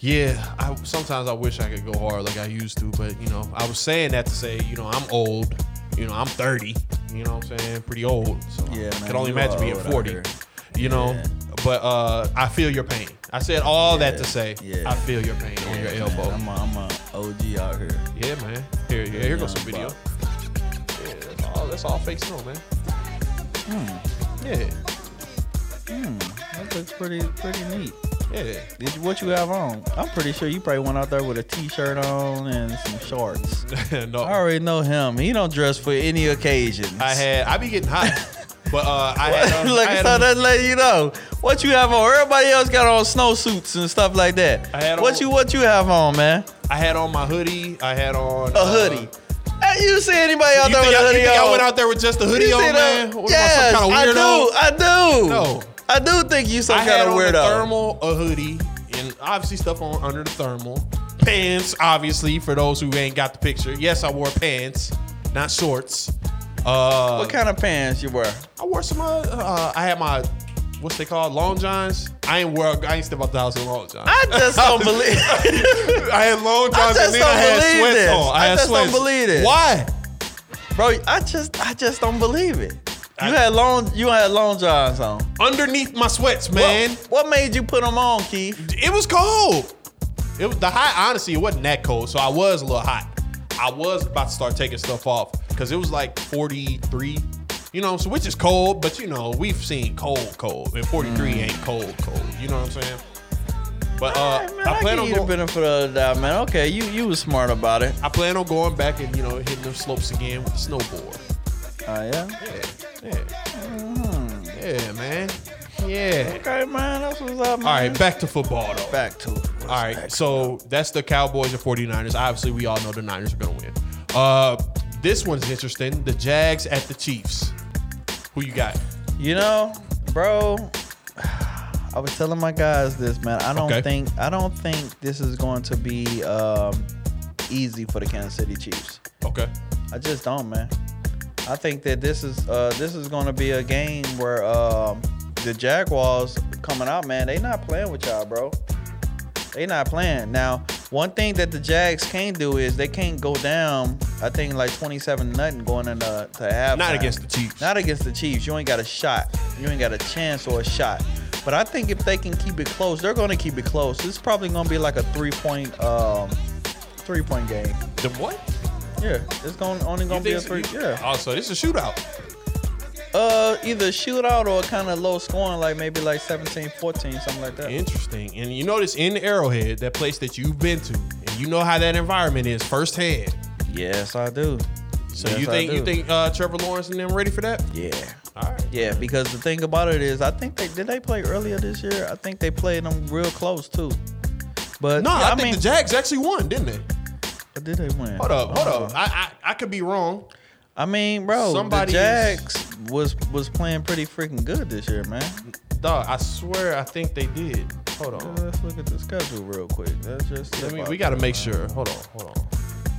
S1: yeah. I sometimes I wish I could go hard like I used to, but you know, I was saying that to say, you know, I'm old. You know, I'm 30. You know what I'm saying? Pretty old. So
S2: Yeah,
S1: I
S2: man,
S1: can only
S2: you
S1: imagine
S2: are
S1: being
S2: old out
S1: 40.
S2: here.
S1: You know,
S2: Yeah.
S1: but uh, I feel your pain. I said all that to say,
S2: yeah.
S1: I feel your pain on your
S2: Yeah,
S1: elbow.
S2: Man, I'm, a, I'm a OG out here.
S1: yeah, man. Here, here, here goes some video.
S2: Yeah,
S1: Yeah, that's all, that's all fake snow, man.
S2: Hmm.
S1: Yeah,
S2: That looks pretty pretty neat.
S1: yeah. (laughs)
S2: Did you, what you have on? I'm pretty sure you probably went out there with a t-shirt on and some shorts.
S1: no,
S2: I already know him. He don't dress for any occasions.
S1: I had I be getting hot, but uh, I had, um,
S2: (laughs) Look,
S1: I, had
S2: so
S1: um,
S2: that's letting you know what you have on. Everybody else got on snowsuits and stuff like that.
S1: I had
S2: what
S1: on-
S2: you what you have on, man?
S1: I had on my hoodie. I had on uh,
S2: A hoodie. Hey, you see anybody out
S1: you
S2: there
S1: think,
S2: with a
S1: I, you
S2: hoodie
S1: think I
S2: on?
S1: went out there with just a hoodie
S2: You
S1: on,
S2: see
S1: man? What,
S2: that?
S1: am I,
S2: Yes,
S1: some kind of weirdo?
S2: I do. I do.
S1: No.
S2: I do think you some
S1: I
S2: kind
S1: had
S2: of
S1: on a
S2: weirdo.
S1: thermal, a hoodie, and obviously stuff on under the thermal. Pants, obviously, for those who ain't got the picture. Yes, I wore pants, not shorts. Uh,
S2: What kind of pants you wear?
S1: I wore some. Uh, uh, I had my what's they called long johns. I ain't wear. I ain't step out the house in long johns.
S2: I (laughs)
S1: (laughs)
S2: just don't believe.
S1: I had long
S2: I
S1: johns and
S2: just
S1: then I
S2: don't
S1: had
S2: believe
S1: sweats
S2: this.
S1: on. I,
S2: I
S1: had
S2: just don't
S1: sweats.
S2: believe it.
S1: Why?
S2: Bro, I just I just don't believe it. You
S1: I-
S2: had long you had long johns on.
S1: Underneath my sweats, man.
S2: What, what made you put them on, Keith?
S1: It was cold. It was the high. Honestly, it wasn't that cold, so I was a little hot. I was about to start taking stuff off because it was like 43. You know, so which is cold, but you know we've seen cold, cold, and 43 ain't cold, cold. You know what I'm saying? But uh,
S2: Mm. All right, man,
S1: I
S2: I
S1: plan
S2: give
S1: on
S2: you
S1: going.
S2: the benefit of the doubt, man. Okay, you you was smart about it.
S1: I plan on going back and you know hitting them slopes again with the snowboard.
S2: Oh yeah.
S1: Yeah, yeah, yeah, man. Yeah.
S2: Okay, man, that's what's up, man.
S1: All right, back to football though.
S2: back to it.
S1: All right, so that's the Cowboys and 49ers. Obviously, we all know the Niners are going to win. Uh, this one's interesting. The Jags at the Chiefs. Who you got?
S2: You know, bro, (sighs) I was telling my guys this, man. I don't
S1: Okay.
S2: think I don't think this is going to be um, easy for the Kansas City Chiefs.
S1: Okay.
S2: I just don't, man. I think that this is uh, this is going to be a game where um, the Jaguars coming out, man. They not playing with y'all, bro. They not playing. Now, one thing that the Jags can't do is they can't go down. I think like twenty-seven nothing going into to halftime.
S1: Not against the Chiefs.
S2: Not against the Chiefs. You ain't got a shot. You ain't got a chance or a shot. But I think if they can keep it close, they're going to keep it close. It's probably going to be like a three-point, um, three-point game.
S1: the what?
S2: Yeah, it's going only going to be a three. yeah.
S1: Oh, so this is a shootout.
S2: Uh, either shootout or kind of low scoring, like maybe like 17, 14, something like that.
S1: Interesting. And you notice in Arrowhead, that place that you've been to, and you know how that environment is firsthand.
S2: Yes, I do.
S1: So
S2: Yes,
S1: you
S2: I
S1: think you
S2: do.
S1: think uh, Trevor Lawrence and them ready for that?
S2: Yeah.
S1: All right.
S2: Yeah, because the thing about it is, I think they did they play earlier this year. I think they played them real close too. But
S1: No,
S2: yeah,
S1: I, think the Jags actually won, didn't they?
S2: or did they win?
S1: Hold up, hold
S2: Oh.
S1: up. I, I I could be wrong.
S2: I mean, bro,
S1: Somebody
S2: the Jags was was playing pretty freaking good this year, man.
S1: Dog, I swear I think they did. Hold on.
S2: Let's look at the schedule real quick. Let's just see
S1: Oh. Let me,
S2: about
S1: we got to make sure. Hold on, hold on.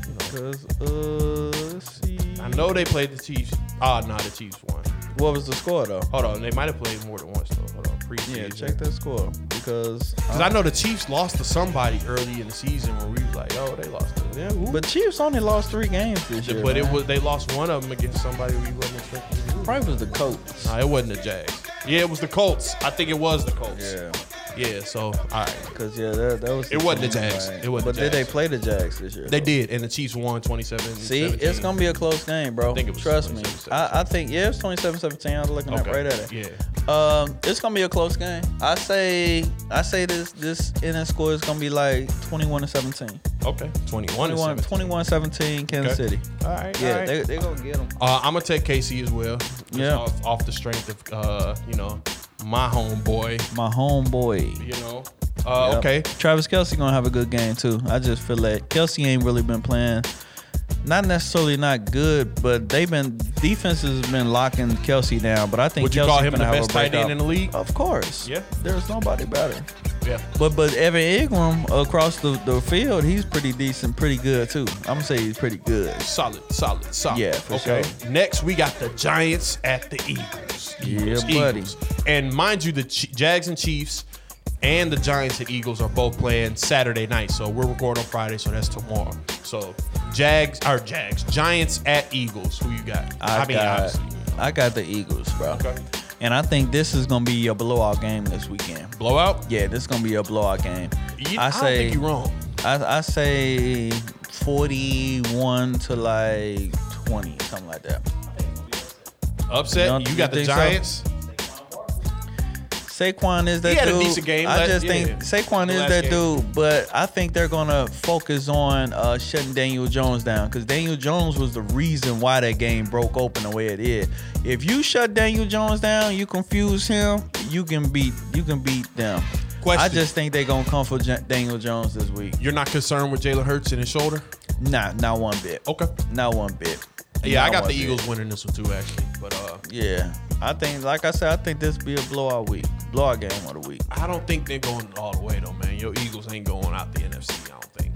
S2: that, 'cause, uh, let's see.
S1: I know they played the Chiefs. Ah, nah, the Chiefs won.
S2: What was the score though?
S1: Hold on, they might have played more than once though. Hold on, preseason.
S2: Yeah, check that score because. um,
S1: Cause I know the Chiefs lost to somebody early in the season where we was like, oh, they lost to them. Who?
S2: But Chiefs only lost three games this year.
S1: but it
S2: man.
S1: was they lost one of them against somebody we wasn't expecting. to lose.
S2: probably was the Colts.
S1: Nah, it wasn't the Jags. Yeah, it was the Colts. I think it was the Colts.
S2: Yeah,
S1: Yeah. So all right,
S2: because yeah, that, that was.
S1: It wasn't the
S2: team,
S1: Jags.
S2: like-
S1: It wasn't
S2: But
S1: the
S2: did they
S1: Jags.
S2: play the Jags this year?
S1: they
S2: though?
S1: did, and the Chiefs won 27.
S2: See, it's gonna be a close game, bro.
S1: I think it was
S2: Trust me.
S1: 27-17.
S2: I, I think yeah, it's 27-17. I was looking at right at it.
S1: Yeah.
S2: Um, it's gonna be a close game. I say, I say this this inning score is gonna be like 21 to 17.
S1: Okay. 21.
S2: 21, 21 17 Kansas
S1: Okay.
S2: City.
S1: All right.
S2: Yeah,
S1: all right.
S2: they they gonna get them.
S1: Uh, I'm gonna take KC as well. Just
S2: Yeah.
S1: Off, off the strength of uh, you know, my homeboy.
S2: My homeboy.
S1: You know, Uh,
S2: Yep.
S1: Okay.
S2: Travis Kelsey gonna have a good game too. I just feel like Kelsey ain't really been playing. Not necessarily not good, but they've been defenses have been locking Kelsey down. But I think
S1: Would you
S2: Kelsey
S1: call him the
S2: gonna have a
S1: best tight end
S2: breakout.
S1: in the league?
S2: Of course.
S1: Yeah.
S2: There's nobody better.
S1: Yeah.
S2: But but Evan Ingram across the, the field, he's pretty decent, pretty good too. I'm gonna say he's pretty good.
S1: Solid, solid, solid.
S2: Yeah, for sure.
S1: Next, we got the Giants at the Eagles.
S2: Yeah,
S1: Eagles,
S2: buddy.
S1: Eagles. And mind you, the Ch- Jags and Chiefs and the Giants and Eagles are both playing Saturday night. So we're recording on Friday, so that's tomorrow. So Jags or Jags, Giants at Eagles. Who you got?
S2: I, got
S1: obviously.
S2: I got the Eagles, bro.
S1: Okay.
S2: And I think this is gonna be a blowout game this weekend.
S1: blowout.
S2: Yeah, this is gonna be a blowout game.
S1: You- I, don't think you're wrong.
S2: I, I say 41 to like 20, something like that. You
S1: Upset.
S2: don't-
S1: You,
S2: you
S1: got the
S2: think so?
S1: Giants.
S2: Saquon is that
S1: He had a
S2: dude.
S1: decent game
S2: I
S1: last-
S2: just think
S1: yeah.
S2: Saquon
S1: The
S2: is
S1: last
S2: that
S1: game.
S2: dude, but I think they're gonna focus on uh, shutting Daniel Jones down because Daniel Jones was the reason why that game broke open the way it did. If you shut Daniel Jones down, you confuse him, you can beat you can beat them. I
S1: Question.
S2: just think they're gonna come for J- Daniel Jones this week.
S1: You're not concerned with Jalen Hurts and his shoulder?
S2: Nah, not one bit.
S1: Okay.
S2: Not one bit.
S1: Oh. Yeah, I
S2: Not
S1: got
S2: one
S1: the
S2: bit.
S1: Eagles winning this one too, actually. But uh,
S2: Yeah, I think, like I said, I think this be a blowout week, blowout game of the week.
S1: I don't think they're going all the way though, man. Your Eagles ain't going out the NFC. I don't think.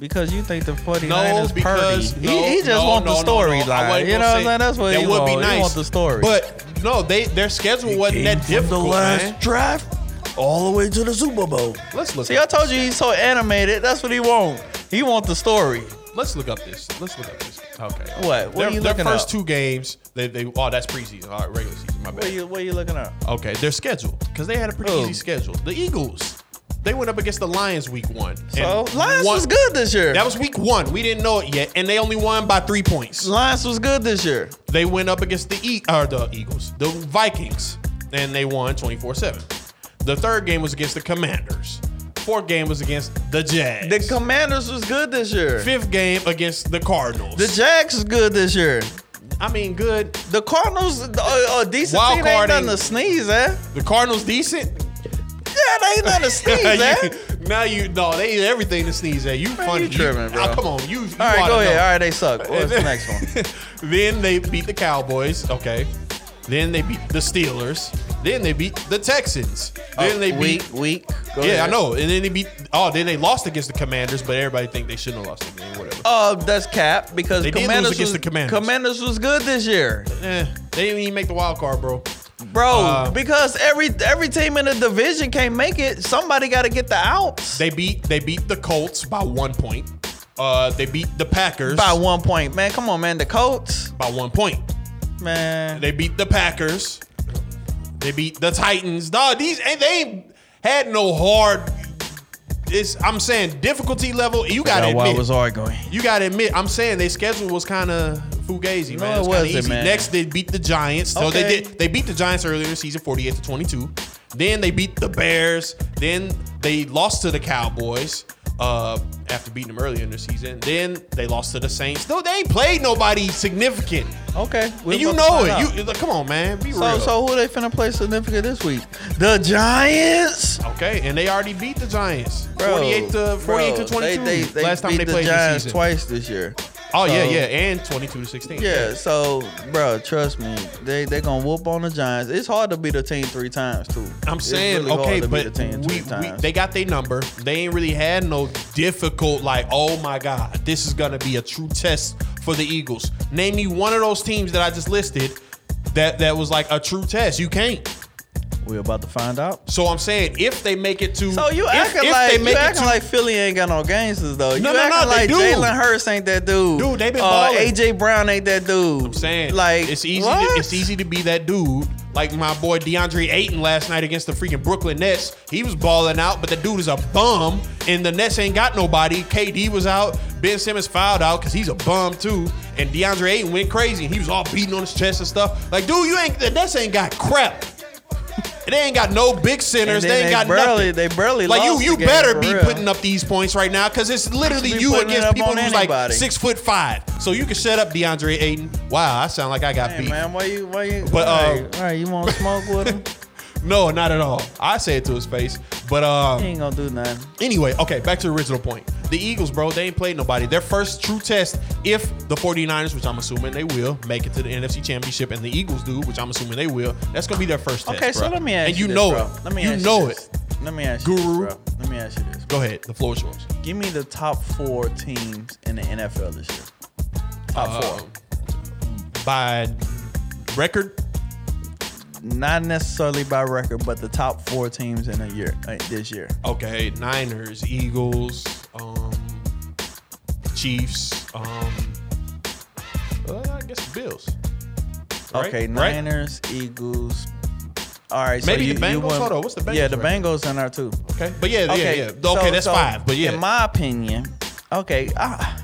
S2: Because you think the 49ers
S1: No, because
S2: Purdy.
S1: no,
S2: he, he just
S1: no,
S2: want
S1: no,
S2: the
S1: no, no. I
S2: storyline.
S1: wasn't
S2: you know
S1: gonna
S2: what I'm
S1: say-
S2: saying? That's what
S1: that
S2: he
S1: would
S2: want.
S1: be
S2: He
S1: nice.
S2: want the story.
S1: But no, they their schedule wasn't that difficult, man.
S2: draft all the way to the Super Bowl.
S1: Let's look.
S2: See, I
S1: up
S2: told you he's so animated. That's what he want. He want the story.
S1: Let's look up this. Let's look up this. Okay.
S2: What? What
S1: their,
S2: are you
S1: their
S2: looking
S1: first
S2: up?
S1: two games, they, they oh that's preseason. All right, regular season. My
S2: What
S1: bad.
S2: you, what you looking at? Oh.
S1: Okay, their schedule because they had a pretty
S2: Who?
S1: easy schedule. The Eagles, they went up against the Lions week one.
S2: So,
S1: And
S2: Lions
S1: one-
S2: was good this year.
S1: That was week one. We didn't know it yet, and they only won by three points.
S2: Lions was good this year.
S1: They went up against the e- or the Eagles, the Vikings, and they won 24-7. The third game was against the Commanders. Fourth game was against the Jags.
S2: The Commanders was good this year.
S1: Fifth game against the Cardinals.
S2: The Jags was good this year.
S1: I mean, good.
S2: The Cardinals, uh, a, a decent
S1: Wild
S2: team, ain't
S1: card
S2: nothing to
S1: ain't-
S2: sneeze at.
S1: The Cardinals decent.
S2: (laughs) Yeah, they ain't
S1: (laughs)
S2: nothing to sneeze eh?
S1: You-
S2: at.
S1: now you no, they eat everything to sneeze at. You funny.
S2: you tripping, bro.
S1: Ah, come on, you. you
S2: All right,
S1: oughta
S2: go ahead.
S1: know.
S2: All right, they suck. What's the next
S1: (laughs)
S2: one?
S1: then they beat the Cowboys. Okay. Then they beat the Steelers. Then they beat the Texans.
S2: Oh,
S1: Then they beat.
S2: week week. Uh, Go
S1: Yeah,
S2: ahead.
S1: I know. And then they beat. Oh, then they lost against the Commanders, but everybody think they shouldn't have lost the game. Whatever.
S2: Uh, that's cap because
S1: They did lose
S2: commanders
S1: against
S2: was,
S1: the Commanders.
S2: Commanders was good this year,
S1: Eh, they didn't even make the wild card, bro.
S2: bro.
S1: Uh,
S2: because every every team in the division can't make it. Somebody got to get the outs
S1: They beat. They beat the Colts by one point. Uh, they beat the Packers
S2: by one point, man. Come on, man. The Colts,
S1: by one point.
S2: man.
S1: They beat the Packers. They beat the Titans. Dog, these ain't they ain't had no hard. It's I'm saying difficulty level. You gotta
S2: Forgot why I
S1: admit.
S2: was arguing.
S1: you gotta admit. I'm saying their schedule was kind of fugazi,
S2: No,
S1: man. was
S2: it
S1: kinda
S2: wasn't,
S1: easy.
S2: man.
S1: Next, they beat the Giants. So they
S2: Okay.
S1: did. They beat the Giants earlier in the season, 48 to 22. Then they beat the Bears. Then they lost to the Cowboys. Uh, after beating them earlier in the season, then they lost to the Saints. No, they ain't played nobody significant.
S2: Okay, we're
S1: And you
S2: about to
S1: know
S2: find out.
S1: it. You come on, man. Be
S2: so
S1: real.
S2: so who they finna play significant this week? The Giants.
S1: okay, and they already beat the Giants,
S2: Bro,
S1: forty-eight to forty-eight
S2: bro,
S1: to twenty-two.
S2: They, they, they
S1: last time
S2: beat
S1: they
S2: the
S1: played this
S2: Giants
S1: season.
S2: twice this year.
S1: Oh yeah,
S2: So-
S1: yeah, and twenty-two to sixteen.
S2: Yeah, so bro, trust me, they they gonna whoop on the Giants. It's hard to beat a team three times too.
S1: I'm
S2: It's
S1: saying
S2: really
S1: okay,
S2: hard to
S1: but
S2: beat a team
S1: we,
S2: three
S1: we
S2: times.
S1: they got their number. They ain't really had no difficult like, oh my god, this is gonna be a true test for the Eagles. Name me one of those teams that I just listed that that was like a true test. You can't.
S2: We're about to find out.
S1: So I'm saying if they make it to
S2: So you
S1: if,
S2: acting
S1: if
S2: like
S1: they
S2: you
S1: make it
S2: acting
S1: to-
S2: like Philly ain't got no gangsters though. You
S1: no, no,
S2: acting
S1: they
S2: like
S1: do.
S2: Jalen Hurst ain't that dude.
S1: Dude, they been
S2: uh,
S1: balling.
S2: AJ Brown ain't that dude. I'm
S1: saying
S2: like
S1: it's easy.
S2: what?
S1: To, it's easy to be that dude. Like my boy DeAndre Ayton last night against the freaking Brooklyn Nets. He was balling out, but the dude is a bum, and the Nets ain't got nobody. KD was out. Ben Simmons fouled out because he's a bum too. And DeAndre Ayton went crazy. He was all beating on his chest and stuff. Like, dude, you ain't the Nets ain't got crap. (laughs) they ain't got no big
S2: And
S1: centers.
S2: then
S1: They ain't got
S2: barely,
S1: nothing.
S2: They barely
S1: Like you,
S2: lost
S1: you
S2: the game
S1: better
S2: for
S1: be
S2: real.
S1: putting up these points right now because it's literally
S2: be
S1: you
S2: putting it
S1: against
S2: up
S1: people
S2: on
S1: who's like
S2: anybody.
S1: six foot five. So you can shut up, DeAndre Ayton. Wow, I sound like I got
S2: Hey,
S1: beat.
S2: man, why you why you?
S1: But,
S2: all
S1: uh,
S2: right, all right, you want to smoke with him?
S1: No, not at all. I say it to his face. But um,
S2: He ain't gonna do nothing.
S1: Anyway, okay, back to the original point. The Eagles, bro, they ain't played nobody. Their first true test, if the 49ers, which I'm assuming they will, make it to the NFC Championship, and the Eagles do, which I'm assuming they will, that's gonna be their first test.
S2: Okay, so
S1: bro.
S2: let me ask
S1: And
S2: you
S1: you
S2: this,
S1: know
S2: bro.
S1: it.
S2: Let me
S1: you
S2: ask
S1: know
S2: you
S1: it.
S2: this. Let me ask you,
S1: Guru.
S2: this, bro. Let me ask you this.
S1: Go ahead. The floor is yours.
S2: Give me the top four teams in the NFL this year. Top
S1: Uh,
S2: four.
S1: By record,
S2: Not necessarily by record, but the top four teams in a year uh, this year.
S1: okay, Niners, Eagles, um, Chiefs, um, uh, I guess Bills. Right?
S2: Okay,
S1: Right?
S2: Niners, Eagles. All right, so
S1: Maybe
S2: you,
S1: the
S2: you
S1: Bengals?
S2: went-
S1: Hold on, what's the Bengals
S2: Yeah, the
S1: record?
S2: Bengals in there too.
S1: Okay, but yeah, yeah, yeah. Okay,
S2: so-
S1: that's
S2: so,
S1: five. But yeah,
S2: in my opinion, okay, ah,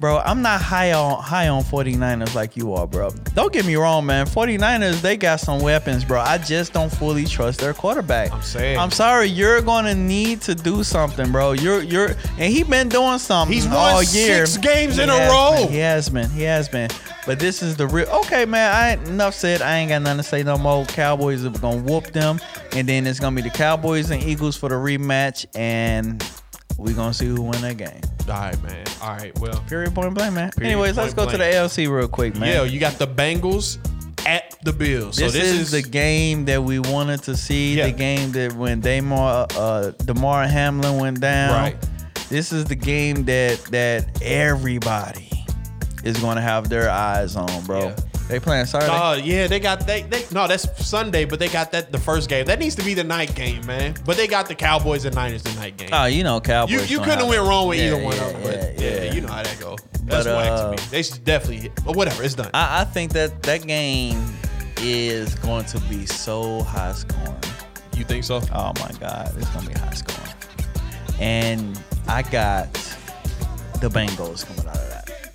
S2: bro, I'm not high on high on 49ers like you are, bro. Don't get me wrong, man. 49ers, they got some weapons, bro. I just don't fully trust their quarterback.
S1: I'm saying.
S2: I'm sorry, you're gonna need to do something, bro. You're you're and he been doing something.
S1: He's won
S2: all year.
S1: six games in a
S2: has
S1: row.
S2: been, he has been. He has been. But this is the real. Okay, man. I ain't- enough said. I ain't got nothing to say no more. Cowboys are gonna whoop them, and then it's gonna be the Cowboys and Eagles for the rematch, and we gonna see who win that game.
S1: all right, man. All right, well,
S2: Period. Point blank, man.
S1: Period,
S2: Anyways, let's go
S1: point
S2: to the ALC real quick, man.
S1: Yeah, you got the Bengals at the Bills.
S2: This,
S1: so this
S2: is, the game that we wanted to see.
S1: Yeah.
S2: The game that when Damar, uh, Damar Hamlin went down.
S1: Right.
S2: This is the game that that everybody is going to have their eyes on, bro.
S1: Yeah.
S2: They playing Saturday.
S1: Uh, yeah, they got they, they no, that's Sunday, but they got that the first game. That needs to be the night game, man. But they got the Cowboys and Niners the night game.
S2: oh, you know Cowboys.
S1: you you
S2: gonna
S1: couldn't have went
S2: have-
S1: wrong with
S2: Yeah,
S1: either one
S2: yeah,
S1: of them. But
S2: yeah,
S1: yeah,
S2: yeah.
S1: you know how that go. That's
S2: But,
S1: whack
S2: uh,
S1: to me. They should definitely hit. But whatever, it's done.
S2: I, I think that that game is going to be so high scoring.
S1: you think so?
S2: Oh my God, it's gonna be high scoring. And I got the Bengals coming out of that.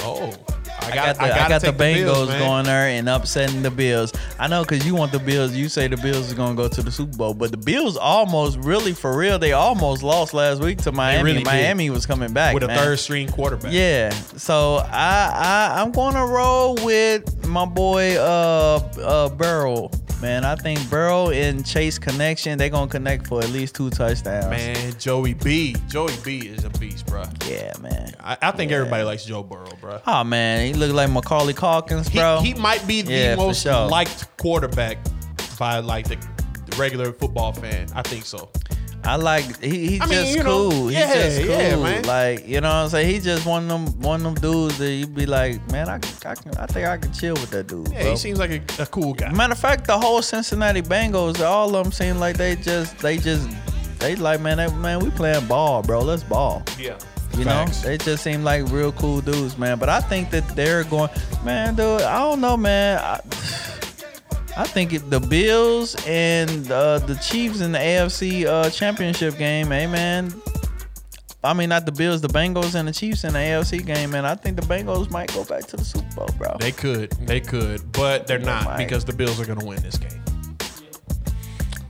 S1: Oh, I got
S2: I got the,
S1: I,
S2: I,
S1: gotta
S2: got the
S1: take
S2: Bengals
S1: Bills, man.
S2: going there and upsetting the Bills. I know because you want the Bills. You say the Bills is going to go to the Super Bowl, but the Bills almost, really for real, they almost lost last week to Miami.
S1: really did.
S2: Miami was coming back
S1: with a
S2: man.
S1: third string quarterback.
S2: Yeah, so I, I I'm going to roll with my boy uh uh Burrow. Man, I think Burrow and Chase connection. They're going to connect for at least two touchdowns.
S1: man, Joey B. Joey B. is a beast, bro.
S2: Yeah, man.
S1: I, I think
S2: Yeah.
S1: everybody likes Joe Burrow, bro.
S2: Oh man, he look like Macaulay Calkins,
S1: he,
S2: bro.
S1: he might be the
S2: Yeah, for
S1: most
S2: sure.
S1: liked quarterback by like the, the regular football fan. I think so.
S2: I like he, he's
S1: I mean,
S2: just
S1: you know,
S2: cool. he's
S1: yeah,
S2: just cool.
S1: yeah, man.
S2: Like, you know what I'm saying? He just one of them one of them dudes that you'd be like, man, I, can- I can I think I can chill with that dude.
S1: Yeah,
S2: bro."
S1: he seems like a, a cool guy.
S2: Matter of fact, the whole Cincinnati Bengals, all of them seem like they just they just they like, man, they, man, we playing ball, bro. Let's ball.
S1: Yeah,
S2: You know, they just seem like real cool dudes, man. But I think that they're going, man, dude. I don't know, man. I, I think if the Bills and uh, the Chiefs in the AFC uh, Championship game, hey, man. I mean, not the Bills, the Bengals and the Chiefs in the AFC game, man. I think the Bengals might go back to the Super Bowl, bro.
S1: They could, they could, but they're not
S2: Right.
S1: because the Bills are gonna win this game.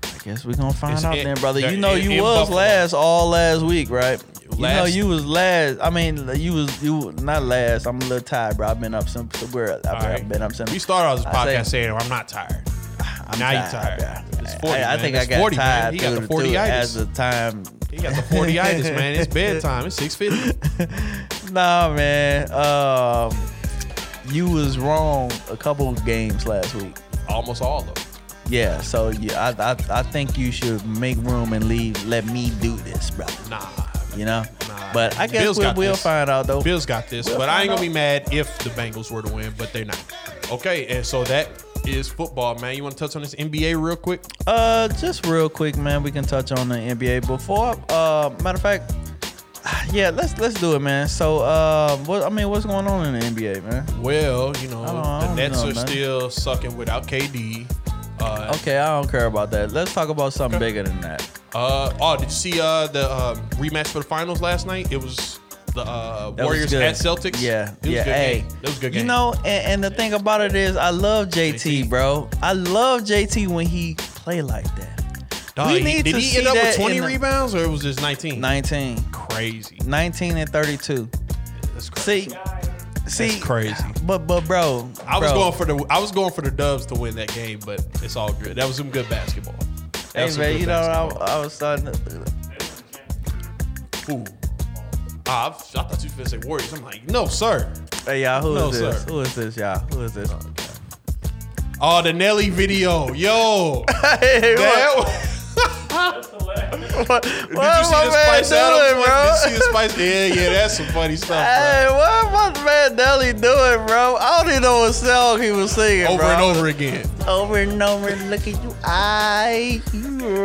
S2: I guess we're gonna find
S1: It's
S2: out
S1: in-
S2: then, brother.
S1: they're
S2: You know
S1: in- in
S2: you was
S1: Buffalo.
S2: last all last week, right? you know
S1: Last-
S2: you was last. I mean, you was you not last. I'm a little tired, bro. I've been up some. some where I've, been-
S1: All right,
S2: I've been up some.
S1: We started out this
S2: I say-
S1: podcast saying I'm not tired.
S2: (sighs) I'm
S1: now you tired.
S2: bro.
S1: It's 40,
S2: I, I
S1: man.
S2: think
S1: It's
S2: I got
S1: 40, man.
S2: tired.
S1: He got
S2: through
S1: the
S2: through
S1: 40itis.
S2: as the time.
S1: He got the 40 itis, man.
S2: (laughs)
S1: It's bedtime. It's six fifty.
S2: Nah, man. Um, you was wrong a couple of games last week.
S1: Almost all of them.
S2: Yeah, so yeah, I, I I think you should make room and leave. Let me do this, brother.
S1: Nah.
S2: You know,
S1: Nah.
S2: but I guess
S1: Bills
S2: we,
S1: got
S2: we'll
S1: this.
S2: find out though.
S1: Bills got this,
S2: We'll
S1: but I ain't
S2: find
S1: gonna be mad if the Bengals were to win, but they're not. Okay, and so that is football, man. You want to touch on this NBA real quick?
S2: Uh, just real quick, man. We can touch on the NBA before. Uh, matter of fact, (sighs) yeah, let's let's do it, man. So, uh, what I mean, what's going on in the NBA, man?
S1: Well, you know,
S2: I don't- I
S1: the
S2: don't
S1: Nets
S2: know,
S1: are
S2: man.
S1: still sucking without KD. Uh,
S2: Okay, I don't care about that. Let's talk about something bigger than that.
S1: uh, oh, did you see uh, the um, rematch for the finals last night? It was the uh,
S2: That was
S1: Warriors
S2: good.
S1: at Celtics.
S2: Yeah,
S1: it was
S2: yeah.
S1: a good
S2: hey,
S1: game. It was a good game.
S2: You know, and, and the thing about it is, I love JT,
S1: JT.
S2: bro. I love JT when he play like that.
S1: Dog,
S2: we
S1: he-
S2: need
S1: did
S2: to
S1: he
S2: see
S1: end up
S2: that
S1: with 20
S2: in the-
S1: rebounds or it was just 19?
S2: 19,
S1: Crazy.
S2: 19 and 32.
S1: That's crazy.
S2: See, See,
S1: That's crazy.
S2: But but bro,
S1: I was
S2: bro,
S1: going for the I was going for the Dubs to win that game, but it's all good. That was some good basketball. That was
S2: Hey
S1: some
S2: man,
S1: good
S2: you know
S1: basketball.
S2: I, I was starting. To,
S1: Ooh. Ah, I, I thought you were going to say Warriors. I'm like, no, sir.
S2: hey y'all, who is
S1: No,
S2: this?
S1: sir.
S2: Who is this, y'all? Who is this?
S1: Oh, the Nelly video.
S2: (laughs)
S1: Yo. (laughs)
S2: hey,
S1: That-
S2: what, what, what
S1: Did you see
S2: my
S1: the
S2: man
S1: Spice Adams?
S2: doing,
S1: one?
S2: bro?
S1: Did you see
S2: (laughs)
S1: the Spice? Yeah, yeah, that's some funny stuff,
S2: Hey, what my man Nelly doing, bro? I don't even know what song he was singing,
S1: bro. Over
S2: bro.
S1: and over again.
S2: over and over. Look at you, I, you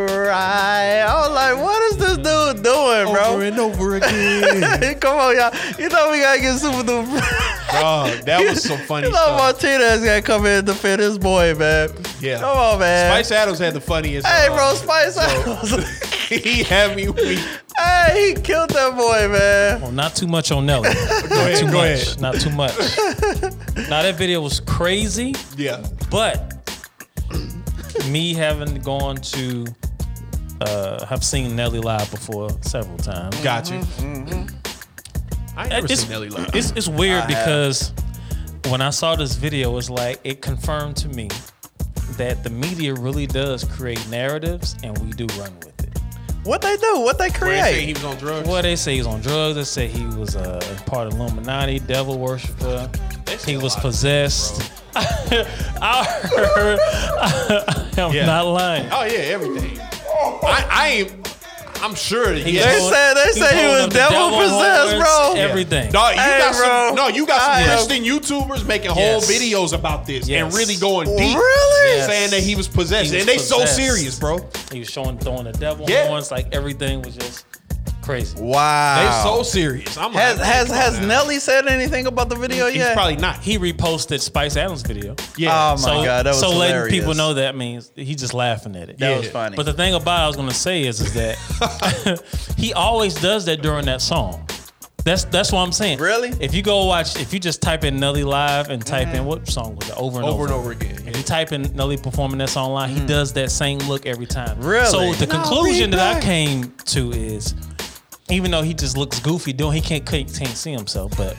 S2: right. I was like, what is this dude doing,
S1: Over
S2: bro?
S1: and over again.
S2: (laughs) Come on, y'all. You know we gotta get super duper.
S1: Bro, that was some
S2: (laughs)
S1: funny
S2: you know
S1: stuff.
S2: Martinez gotta come in and defend his boy, man.
S1: Yeah.
S2: Come on, man.
S1: Spice Adams had the funniest.
S2: hey,
S1: uh,
S2: bro, Spice.
S1: (laughs) he had me weak.
S2: (laughs) hey, he killed that boy, man.
S3: Well, Oh, not too much
S1: (laughs)
S3: on Nelly.
S1: Go ahead,
S3: too
S1: go
S3: much.
S1: ahead.
S3: Not
S1: (laughs)
S3: too much. now that video was crazy,
S1: Yeah.
S3: but me having gone to uh, have seen Nelly live before several times.
S1: Got you.
S2: Mm-hmm,
S1: I ain't never
S3: it's,
S1: seen Nelly live.
S3: It's, it's weird because when I saw this video, it's like it confirmed to me that the media really does create narratives and we do run with it.
S2: What they do? What they
S1: Where they say
S2: create?
S1: he was on drugs.
S3: Well, they say he's on drugs. They say he was uh, part of Illuminati, devil worshiper.
S1: They say
S3: He
S1: a
S3: was
S1: lot,
S3: possessed. (laughs) I heard. (laughs) I'm
S1: Yeah.
S3: not lying.
S1: Oh yeah, everything. I, I ain't. I'm sure that he.
S3: He's
S1: has-
S3: going-
S2: said- they
S3: he's
S2: said he
S3: going
S2: was
S3: under
S2: devil possessed,
S3: horns,
S2: bro. Yeah.
S3: Everything.
S1: Dog, you
S2: Hey,
S1: got
S2: bro.
S1: some, no, you got
S2: I am-
S1: some Christian YouTubers making whole
S3: Yes.
S1: videos about this and
S3: Yes.
S1: really going deep,
S2: Really?
S3: Yes.
S1: saying that he was possessed,
S3: He was
S1: and they so
S3: possessed.
S1: serious, bro.
S3: He was showing throwing the devil
S1: Yeah.
S3: horns. Like everything was just crazy.
S1: They
S2: Wow.
S1: so serious. I'm
S2: has
S1: like,
S2: has
S1: come on
S2: has
S1: now.
S2: Nelly said anything about the video
S1: He's
S2: yet?
S1: probably not. He,
S3: He reposted Spice Adams video.
S1: yeah.
S2: Oh my god, that was
S3: so
S2: hilarious.
S3: letting people know that means he's just laughing at it.
S2: that
S1: Yeah.
S2: was funny.
S3: But the thing about it I was gonna say is is that (laughs) he always does that during that song. That's that's what I'm saying.
S2: Really? Mm-hmm.
S3: If you go watch, if you just type in Nelly live and type in what song was it? Over and
S1: over
S3: over.
S1: and over again.
S3: If you type in Nelly performing that song live, he does that same look every time.
S2: Mm. Really?
S3: So the
S2: Nah,
S3: conclusion
S2: be
S3: that I
S2: back.
S3: came to is, even though he just looks goofy doing, he can't can't, can't see himself, but.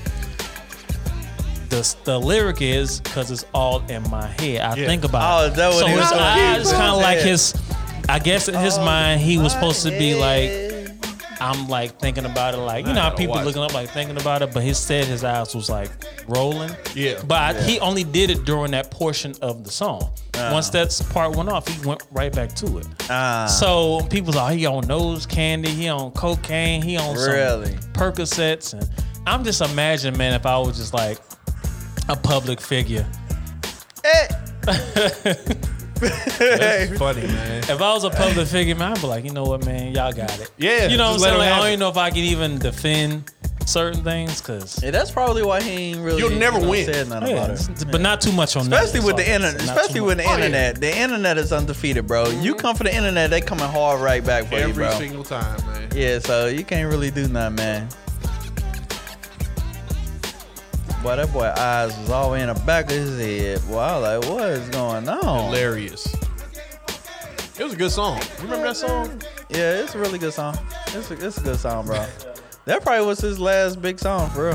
S3: The, the lyric is because it's all in my head. I
S1: Yeah.
S3: think about
S2: Oh,
S3: it.
S2: is that what
S3: so
S2: he
S3: his
S2: was talking
S3: eyes
S2: about?
S3: kind of like
S2: Yeah.
S3: his. I guess in his mind, he was supposed to be like,
S2: Hey.
S3: I'm like thinking about it, like you know
S1: I
S3: how
S1: gotta
S3: people
S1: watch
S3: looking up, like thinking about it. But he said his eyes was like rolling.
S1: Yeah. Uh-huh.
S3: But I- he only did it during that portion of the song. Once that s- part went off, he went right back to it.
S2: Ah.
S1: uh,
S3: So people's like, he on nose candy, he on cocaine, he on
S2: Really?
S3: some Percocets, and I'm just imagining, man, if I was just like a public figure,
S1: (laughs)
S2: (laughs) Eh.
S1: That's funny, man.
S3: If I was a
S1: (laughs)
S3: public figure, man, I'd be like, you know what, man, y'all got it.
S1: Yeah,
S3: You know what I'm
S1: just let 'em
S3: saying? Like, I
S1: have
S3: don't
S1: it.
S3: even know if I can even defend certain things, cause
S2: Yeah, that's probably why he ain't really.
S1: You'll never
S2: you know,
S1: win.
S2: Said nothing
S3: yeah,
S2: about it.
S3: it's- but not too much on
S2: Especially
S3: that.
S2: with
S3: That's
S2: the
S3: all I'm
S2: internet.
S3: saying. Not
S2: Especially
S3: too
S2: with the
S3: much.
S1: yeah.
S2: internet. The internet is undefeated, bro. You come for the internet, they coming hard right back for you,
S1: Every
S2: bro.
S1: single time, man.
S2: yeah, so you can't really do nothing, man. Boy, that boy eyes was all in the back of his head. Boy, I was like, what is going on?
S1: Hilarious. It was a good song. You remember that song?
S2: Yeah, it's a really good song. It's a, it's a good song, bro. that probably was his last big song, for real.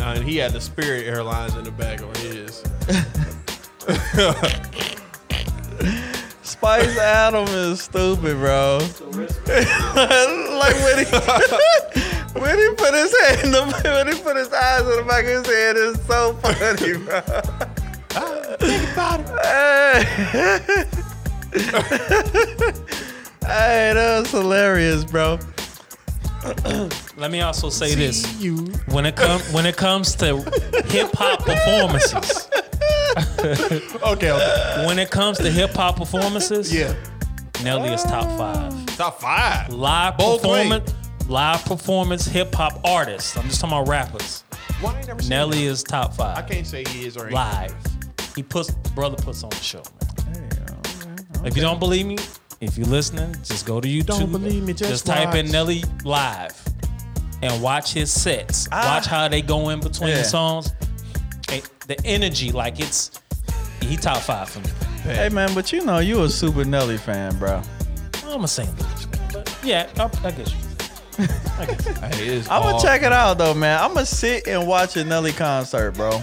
S1: Uh, and he had the Spirit Airlines in the back on (laughs) his.
S2: Spice Adam is stupid, bro. (laughs) like when he when he put his head in the when he put his eyes in the back of his head, it's so funny, bro. Hey. (laughs) hey, that was hilarious, bro.
S3: Let me also say this:
S1: You.
S3: when it comes when it comes to hip hop performances,
S1: (laughs) Okay, okay.
S3: when it comes to hip hop performances,
S1: Yeah.
S3: Nelly is top five.
S1: Top five.
S3: Live
S1: Bold claim.
S3: performance, live performance, hip hop artists. I'm just talking about rappers.
S1: Why I ain't never seen
S3: Nelly
S1: that?
S3: is top five.
S1: I can't say he is or ain't.
S3: live. He puts brother puts on the show, man. If you don't believe me, if you're listening, just go to YouTube.
S1: believe me, just
S3: type in
S1: watch.
S3: Nelly live and watch his sets.
S2: Ah.
S3: watch how they go in between
S2: Yeah.
S3: the songs. And the energy, like it's he top five for me.
S2: Hey man, but you know you a super Nelly fan, bro.
S3: I'm a St. Louis man, but yeah, I, I guess you.
S4: Hey, it's
S2: I'm
S1: Oh,
S2: gonna
S4: all-
S2: check it out though, man. I'm gonna sit and watch a Nelly concert, bro.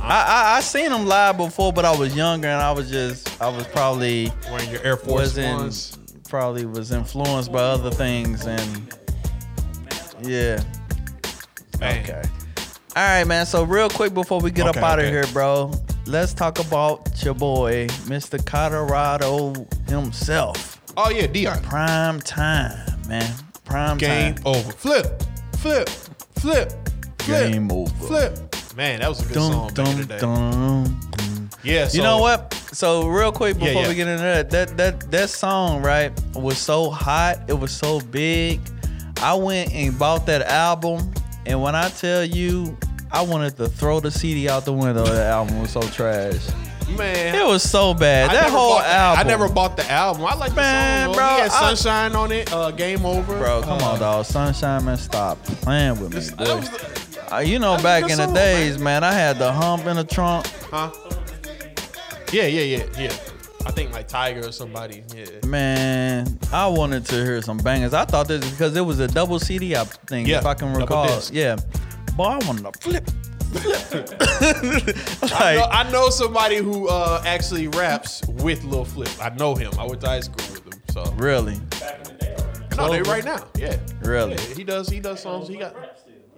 S2: I, I I seen him live before, but I was younger and I was just I was probably
S1: Wearing your Air Force Ones.
S2: wasn't probably was influenced by other things and yeah.
S1: Man.
S2: Okay. All right, man. So real quick before we get
S1: Okay,
S2: up out
S1: okay.
S2: of here, bro, let's talk about your boy, Mr. Colorado himself.
S1: Oh yeah, Dion.
S2: Prime time, man. Prime
S1: Game
S2: time.
S1: over. Flip, flip, flip, flip,
S2: Game over.
S1: flip. Man, that was a good
S2: Dum,
S1: song back in
S2: dum,
S1: the day.
S2: dum.
S1: Yeah. So,
S2: You know what? So real quick
S1: Yeah,
S2: before
S1: yeah.
S2: we get into that, that that that song right was so hot, it was so big. I went and bought that album, and when I tell you, I wanted to throw the CD out the window. That album was so trash.
S1: man?
S2: It was so bad.
S1: I
S2: that
S1: never
S2: whole
S1: bought the-
S2: album.
S1: I never bought the album. I like
S2: Man,
S1: the song. though.
S2: bro,
S1: He had
S2: I-
S1: sunshine on it. Uh, game over.
S2: Bro, come
S1: Uh,
S2: on, dog. Sunshine man, stop playing with me.
S1: That
S2: boy.
S1: was the-
S2: Uh, you know,
S1: that's a
S2: back
S1: good
S2: in the
S1: song,
S2: days, man. I had the hump in the trunk.
S1: Huh? Yeah, yeah, yeah, yeah. I think like Tiger or somebody. Yeah.
S2: Man, I wanted to hear some bangers. I thought this because it was a double CD I thing,
S1: Yeah,
S2: if I can
S1: double
S2: recall.
S1: disc.
S2: Yeah. Boy, I wanted to flip. (laughs) flip.
S1: (laughs) I know,
S2: like,
S1: I know somebody who uh, actually raps with Lil Flip. I know him. I went to high school with him. So
S2: really?
S1: no, they right now. Yeah.
S2: Really?
S1: Yeah, he does. He does songs. He got.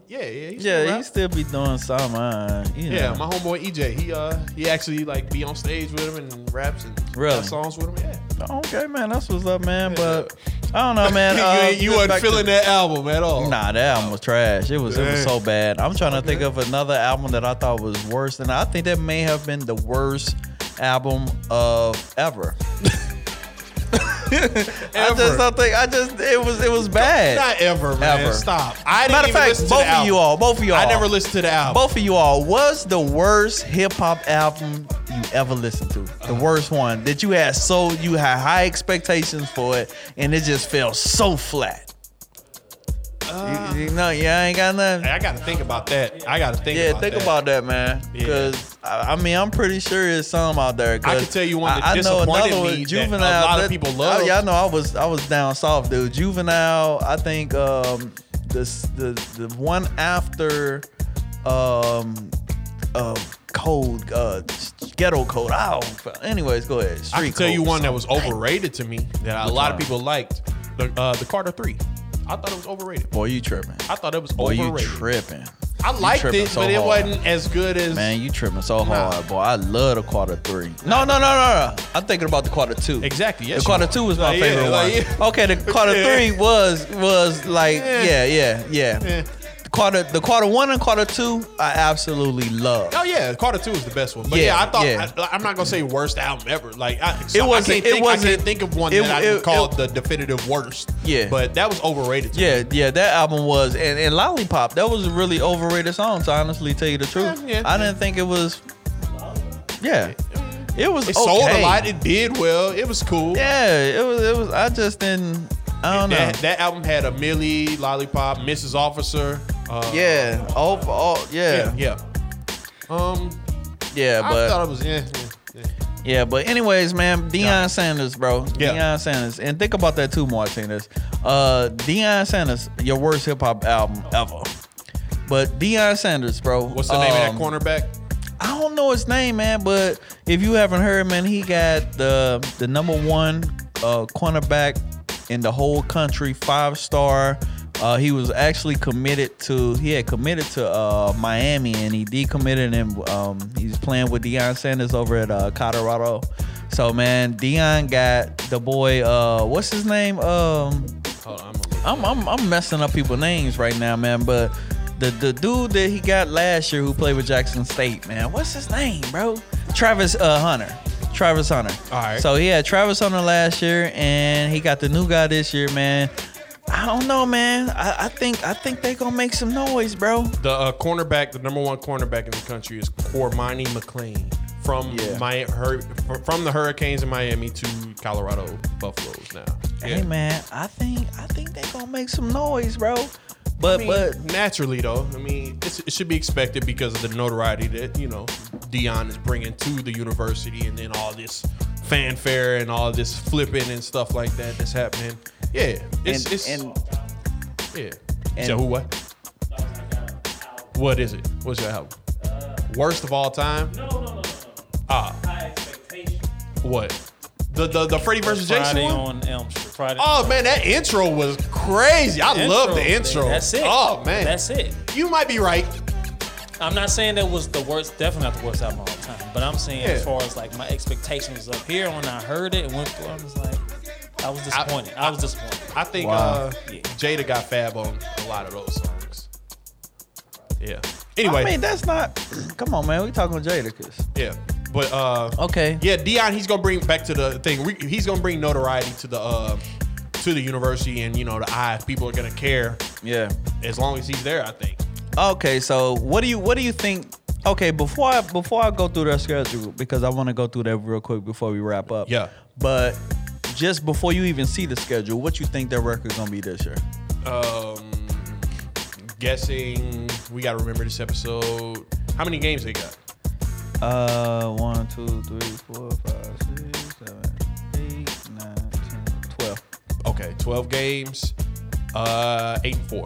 S1: Yeah, yeah. He still
S2: Yeah, he
S1: rap.
S2: still be doing something. uh, You know.
S1: Yeah, my homeboy EJ. He uh he actually like be on stage with him and raps and
S2: Really?
S1: does songs with him. Yeah.
S2: okay, man, that's what's up, man.
S1: Yeah.
S2: But I don't know,
S1: (laughs)
S2: man.
S1: you
S2: uh,
S1: ain't- you
S2: just
S1: weren't
S2: back to-
S1: feeling that album at all.
S2: Nah, that album was trash. It was it was
S1: Dang.
S2: so bad. I'm trying to think of another album that I thought was worse, and I think that may have been the worst album of ever. I
S1: Ever.
S2: just don't think I just it was it was bad.
S1: Not ever, man.
S2: Ever.
S1: Stop. I didn't
S2: Matter of
S1: even
S2: fact,
S1: listen to
S2: both
S1: the
S2: of you
S1: album.
S2: all, both of y'all,
S1: I never listened to the album.
S2: both of you all, was the worst hip hop album you ever listened to?
S1: Uh-huh.
S2: The worst one that you had so you had high expectations for it, and it just fell so flat.
S1: Uh,
S2: you, you know, yeah, I ain't got nothing.
S1: I gotta think about that. I gotta think.
S2: Yeah,
S1: about
S2: think
S1: that.
S2: about that, man.
S1: Yeah.
S2: Because I, I mean, I'm pretty sure it's some out there. 'cause
S1: I can tell you one that
S2: I, I know
S1: disappointed
S2: another
S1: me
S2: one,
S1: that a
S2: Juvenile.
S1: lot of people love.
S2: Oh, yeah, I know. I was I was down south, dude. Juvenile. I think um, this the the one after um, uh, code uh, ghetto code. Oh, anyways, go ahead. Street
S1: I can tell
S2: Code
S1: you
S2: or
S1: one that
S2: something.
S1: was overrated to me that a
S2: Which
S1: lot
S2: one?
S1: of people liked. The uh, the Carter Three. I thought it was overrated.
S2: Boy, you tripping?
S1: I thought it was
S2: Boy, you
S1: overrated.
S2: tripping?
S1: I liked
S2: tripping
S1: it,
S2: so
S1: but it
S2: hard.
S1: wasn't as good as.
S2: Man, you tripping so
S1: Nah.
S2: hard, boy. I love the quarter three. No, no, no, no, no. I'm thinking about the quarter two.
S1: Exactly, yes,
S2: the
S1: you
S2: quarter
S1: are.
S2: two was my
S1: Like, yeah,
S2: favorite
S1: like,
S2: one.
S1: yeah.
S2: Okay, the
S1: (laughs)
S2: quarter
S1: Yeah.
S2: three was was like
S1: Yeah.
S2: yeah, yeah, yeah.
S1: Yeah.
S2: The quarter the quarter one and quarter two, I absolutely love.
S1: Oh yeah, Carter Two is the best one. But yeah,
S2: Yeah,
S1: I thought
S2: yeah.
S1: I, I'm not gonna say worst album ever. Like I, so I
S2: It wasn't-
S1: can't
S2: it
S1: think, I can't
S2: wasn't-
S1: think of one
S2: it-
S1: that I can
S2: it-
S1: call
S2: it-
S1: the definitive worst.
S2: Yeah.
S1: but that was overrated. To
S2: Yeah, yeah, that album was and, and Lollipop, that was a really overrated song, to honestly tell you the truth.
S1: Yeah, yeah,
S2: I didn't think it was Yeah. It was
S1: It sold a
S2: okay.
S1: lot. It did well. It was cool.
S2: Yeah, it was it was I just didn't I don't know.
S1: That, that album had a Millie, Lollipop, Mrs. Officer. Uh,
S2: Yeah, overall,
S1: yeah,
S2: yeah, yeah,
S1: yeah. Um, I
S2: but
S1: thought it was yeah, yeah, yeah.
S2: yeah, but anyways, man, Deion Sanders, bro,
S1: Yeah.
S2: Deion Sanders, and think about that too, Martinez. Uh, Deion Sanders, your worst hip hop album ever, but Deion Sanders, bro,
S1: What's the name
S2: um,
S1: of that cornerback?
S2: I don't know his name, man, but if you haven't heard, man, he got the the number one uh, cornerback in the whole country, five star. Uh, he was actually committed to he had committed to uh, Miami and he decommitted and um, he's playing with Deion Sanders over at uh, Colorado. So man, Deion got the boy. Uh, what's his name? Um,
S1: Hold on, I'm gonna look.
S2: I'm, I'm I'm messing up people names right now, man. But the the dude that he got last year who played with Jackson State, man, what's his name, bro? Travis uh, Hunter. Travis Hunter.
S1: All right.
S2: So he had Travis Hunter last year, and he got the new guy this year, man. I don't know, man. I, I think I think they gonna make some noise, bro.
S1: The uh, cornerback, the number one cornerback in the country, is Cormani McLean from
S2: Yeah.
S1: my her, from the Hurricanes in Miami to Colorado Buffaloes now. Yeah.
S2: Hey, man. I think I think they gonna make some noise, bro. But
S1: I mean,
S2: but
S1: naturally though, I mean, it's, it should be expected because of the notoriety that you know Dion is bringing to the university, and then all this fanfare and all this flipping and stuff like that that's happening. Yeah, it's
S2: and,
S1: it's
S2: and
S1: Yeah.
S2: And-
S1: so who what? What is it? What's your album? Worst of all time?
S3: Uh, No, no, no, no.
S1: Ah,
S3: High expectation.
S1: what? The the the Freddy versus
S3: Friday
S1: Jason one?
S3: on Elm Street. Friday.
S1: Oh man, that intro was crazy. I love the intro.
S3: That's it.
S1: Oh man,
S3: That's it.
S1: you might be right.
S3: I'm not saying that was the worst, definitely not the worst album of all time, but I'm saying
S1: Yeah.
S3: as far as like my expectations up here when I heard it and went through, I was like, I was disappointed. I, was disappointed.
S1: I think
S2: Wow.
S1: uh,
S3: Yeah.
S1: Jada got fab on a lot of those songs. Yeah. Anyway,
S2: I mean, that's not. Come on, man. We talking Jadakiss.
S1: yeah. But uh,
S2: Okay.
S1: yeah, Dion, he's gonna bring back to the thing. We, he's gonna bring notoriety to the uh, to the university, and you know the eye. People are gonna care
S2: Yeah.
S1: as long as he's there. I think.
S2: Okay. So what do you what do you think? Okay. Before I before I go through their schedule because I want to go through that real quick before we wrap up.
S1: Yeah.
S2: But just before you even see the schedule, what you think their record's gonna be this year?
S1: Um, guessing we gotta remember this episode. How many games they got?
S2: Uh, one, two, three, four, five, six, seven, eight, nine, ten, twelve.
S1: Okay, twelve games. Uh, eight and four.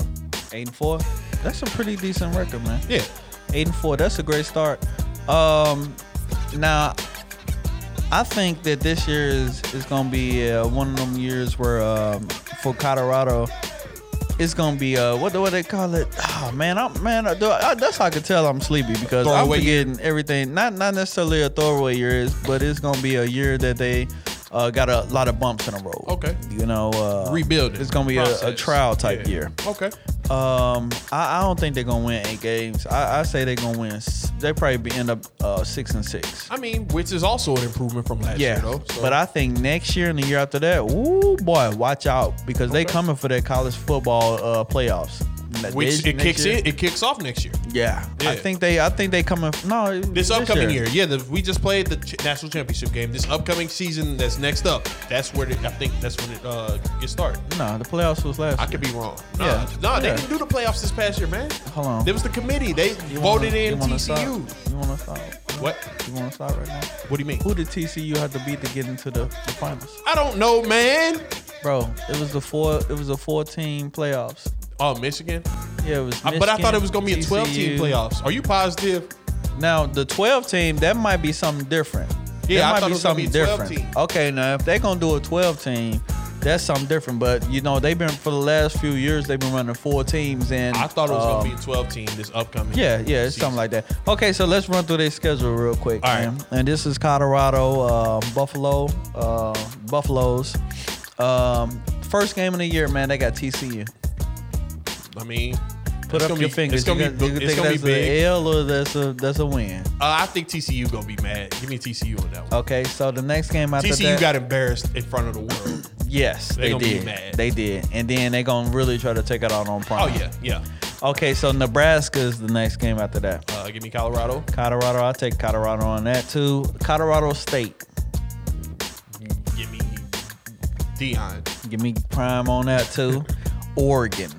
S2: Eight and four. That's a pretty decent record, man.
S1: Yeah.
S2: Eight and four. That's a great start. Um, now, I think that this year is is gonna be uh, one of them years where um, for Colorado, it's gonna be uh, what do what they call it? Oh, man, I'm man. I, I, that's how I could tell I'm sleepy because I'm
S1: Throwaway year.
S2: forgetting everything. Not not necessarily a throwaway year, is but it's gonna be a year that they. Uh, got a lot of bumps in the road.
S1: Okay.
S2: you know, uh,
S1: Rebuilding.
S2: It's gonna be a, a
S1: Process.
S2: trial type
S1: Yeah.
S2: year.
S1: Okay.
S2: Um, I, I don't think they're gonna win eight games. I, I say they're gonna win. s- They probably be end up uh, six and six.
S1: I mean, which is also an improvement from last year,
S2: Yeah,
S1: though. so-
S2: but I think next year and the year after that, ooh boy, watch out because they
S1: Okay.
S2: coming for their college football uh, playoffs. Ne-
S1: which
S2: this-
S1: it
S2: next
S1: kicks
S2: year.
S1: in, it kicks off next year.
S2: Yeah. I
S1: Yeah.
S2: think they. I think they coming. No,
S1: This upcoming year. yeah. The, we just played the ch- national championship game. This upcoming season that's next up. That's where the, I think that's when it uh, gets started.
S2: No, the playoffs was last.
S1: I
S2: year.
S1: could be wrong. No,
S2: Yeah.
S1: no, they
S2: Yeah.
S1: didn't do the playoffs this past year, man.
S2: Hold on.
S1: There was the committee. They
S2: You wanna-
S1: voted
S2: you
S1: in
S2: wanna stop?
S1: TCU.
S2: You want to stop?
S1: What?
S2: You want to stop right now?
S1: What do you mean?
S2: Who did TCU have to beat to get into the, the finals?
S1: I don't know, man.
S2: Bro, it was the four. It was the four team playoffs.
S1: Oh, Michigan.
S2: Yeah, it was.
S1: Uh, but I thought
S2: Michigan,
S1: it was gonna be a
S2: TCU.
S1: 12 team playoffs. Are you positive?
S2: Now the twelve team, that might be something different.
S1: Yeah,
S2: that
S1: I
S2: might
S1: thought
S2: be
S1: it was gonna
S2: something
S1: be a 12
S2: different.
S1: team.
S2: Okay, now if they're gonna do a twelve team, that's something different. But you know, they've been for the last few years, they've been running four teams, and
S1: I thought it was
S2: um,
S1: gonna be a 12 team this upcoming.
S2: Yeah, yeah, it's
S1: season.
S2: something like that. Okay, so let's run through their schedule real quick.
S1: All right.
S2: man. And this is Colorado, uh, Buffalo, uh, Buffaloes. Um, first game of the year, man. They got TCU.
S1: I mean, uh,
S2: Put
S1: it's
S2: up
S1: gonna
S2: your
S1: be-
S2: fingers.
S1: It's gonna
S2: you,
S1: be,
S2: got- you
S1: it's
S2: think
S1: gonna be
S2: that's
S1: big.
S2: a L or that's a that's a win?
S1: Uh, I think TCU gonna be mad. Give me TCU on that one.
S2: Okay, so the next game after
S1: TCU
S2: that,
S1: got embarrassed in front of the world.
S2: yes,
S1: they
S2: they,
S1: gonna be
S2: did.
S1: mad.
S2: They did, and then they gonna really try to take it out on
S1: oh
S2: prime.
S1: yeah, yeah.
S2: Okay, so Nebraska is the next game after that.
S1: Uh, give me Colorado.
S2: Colorado, I'll take Colorado on that too. Colorado State,
S1: Give me Dion.
S2: give me prime on
S1: (laughs)
S2: that too. Oregon,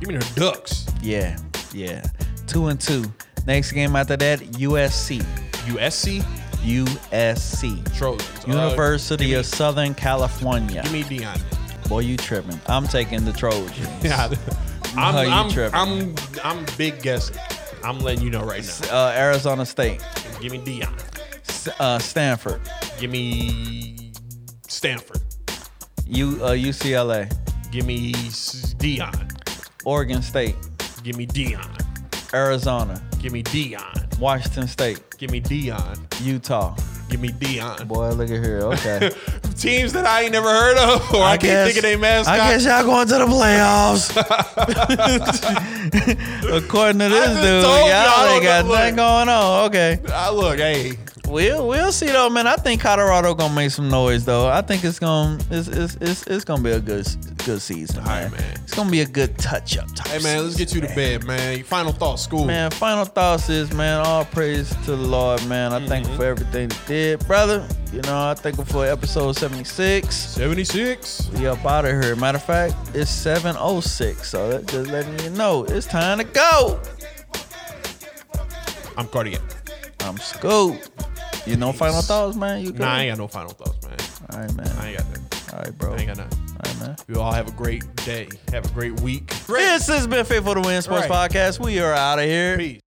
S1: Give me the Ducks.
S2: yeah, yeah, two and two. Next game after that, USC,
S1: USC
S2: USC,
S1: Trojans. Uh,
S2: University of Southern California.
S1: give me Dion.
S2: (laughs) Boy, you tripping? I'm taking the Trojans.
S1: (laughs) Yeah. I'm,
S2: No, you
S1: I'm,
S2: tripping.
S1: I'm, I'm big guessing. I'm letting you know right now.
S2: Uh, Arizona State,
S1: Give me Dion.
S2: S- uh, Stanford,
S1: Give me Stanford.
S2: U, uh, UCLA,
S1: Give me S- Dion.
S2: Oregon State,
S1: Give me Dion.
S2: Arizona,
S1: Give me Dion.
S2: Washington State,
S1: Give me Dion.
S2: Utah.
S1: Give me Dion.
S2: Boy, look at here. Okay.
S1: Teams that I ain't never heard of, (laughs) or (laughs) I, can't think of their mascot.
S2: I guess y'all going to the
S1: (laughs)
S2: playoffs. According to this
S1: just
S2: dude,
S1: told
S2: y'all,
S1: y'all
S2: ain't got
S1: that, like-
S2: nothing going on. Okay.
S1: Ah, look, hey,
S2: We'll we'll see though, man. I think Colorado gonna make some noise though. I think it's gonna it's it's it's, it's gonna be a good good season.
S1: right,
S2: Man.
S1: man.
S2: It's gonna be a good touch up.
S1: hey, man, let's get you to bed, man. Your final thoughts, school.
S2: Man, final thoughts is, man, all praise to the Lord, man. I thank
S1: Mm-hmm.
S2: him for everything he did, brother. You know, I thank him for episode 76.
S1: Seventy six.
S2: We up out of here. Matter of fact, it's 7.06, so that just letting you know it's time to go.
S1: I'm cardiac.
S2: I'm Scoop. You know final thoughts, man? You good?
S1: Nah, I ain't got no final thoughts, man.
S2: All right, man.
S1: I ain't got that.
S2: All right, bro.
S1: I ain't got nothing.
S2: All right, man.
S1: You all have a great day. Have a great week.
S2: This has been Faithful to Win Sports
S1: Right.
S2: Podcast. We are out of here.
S1: Peace.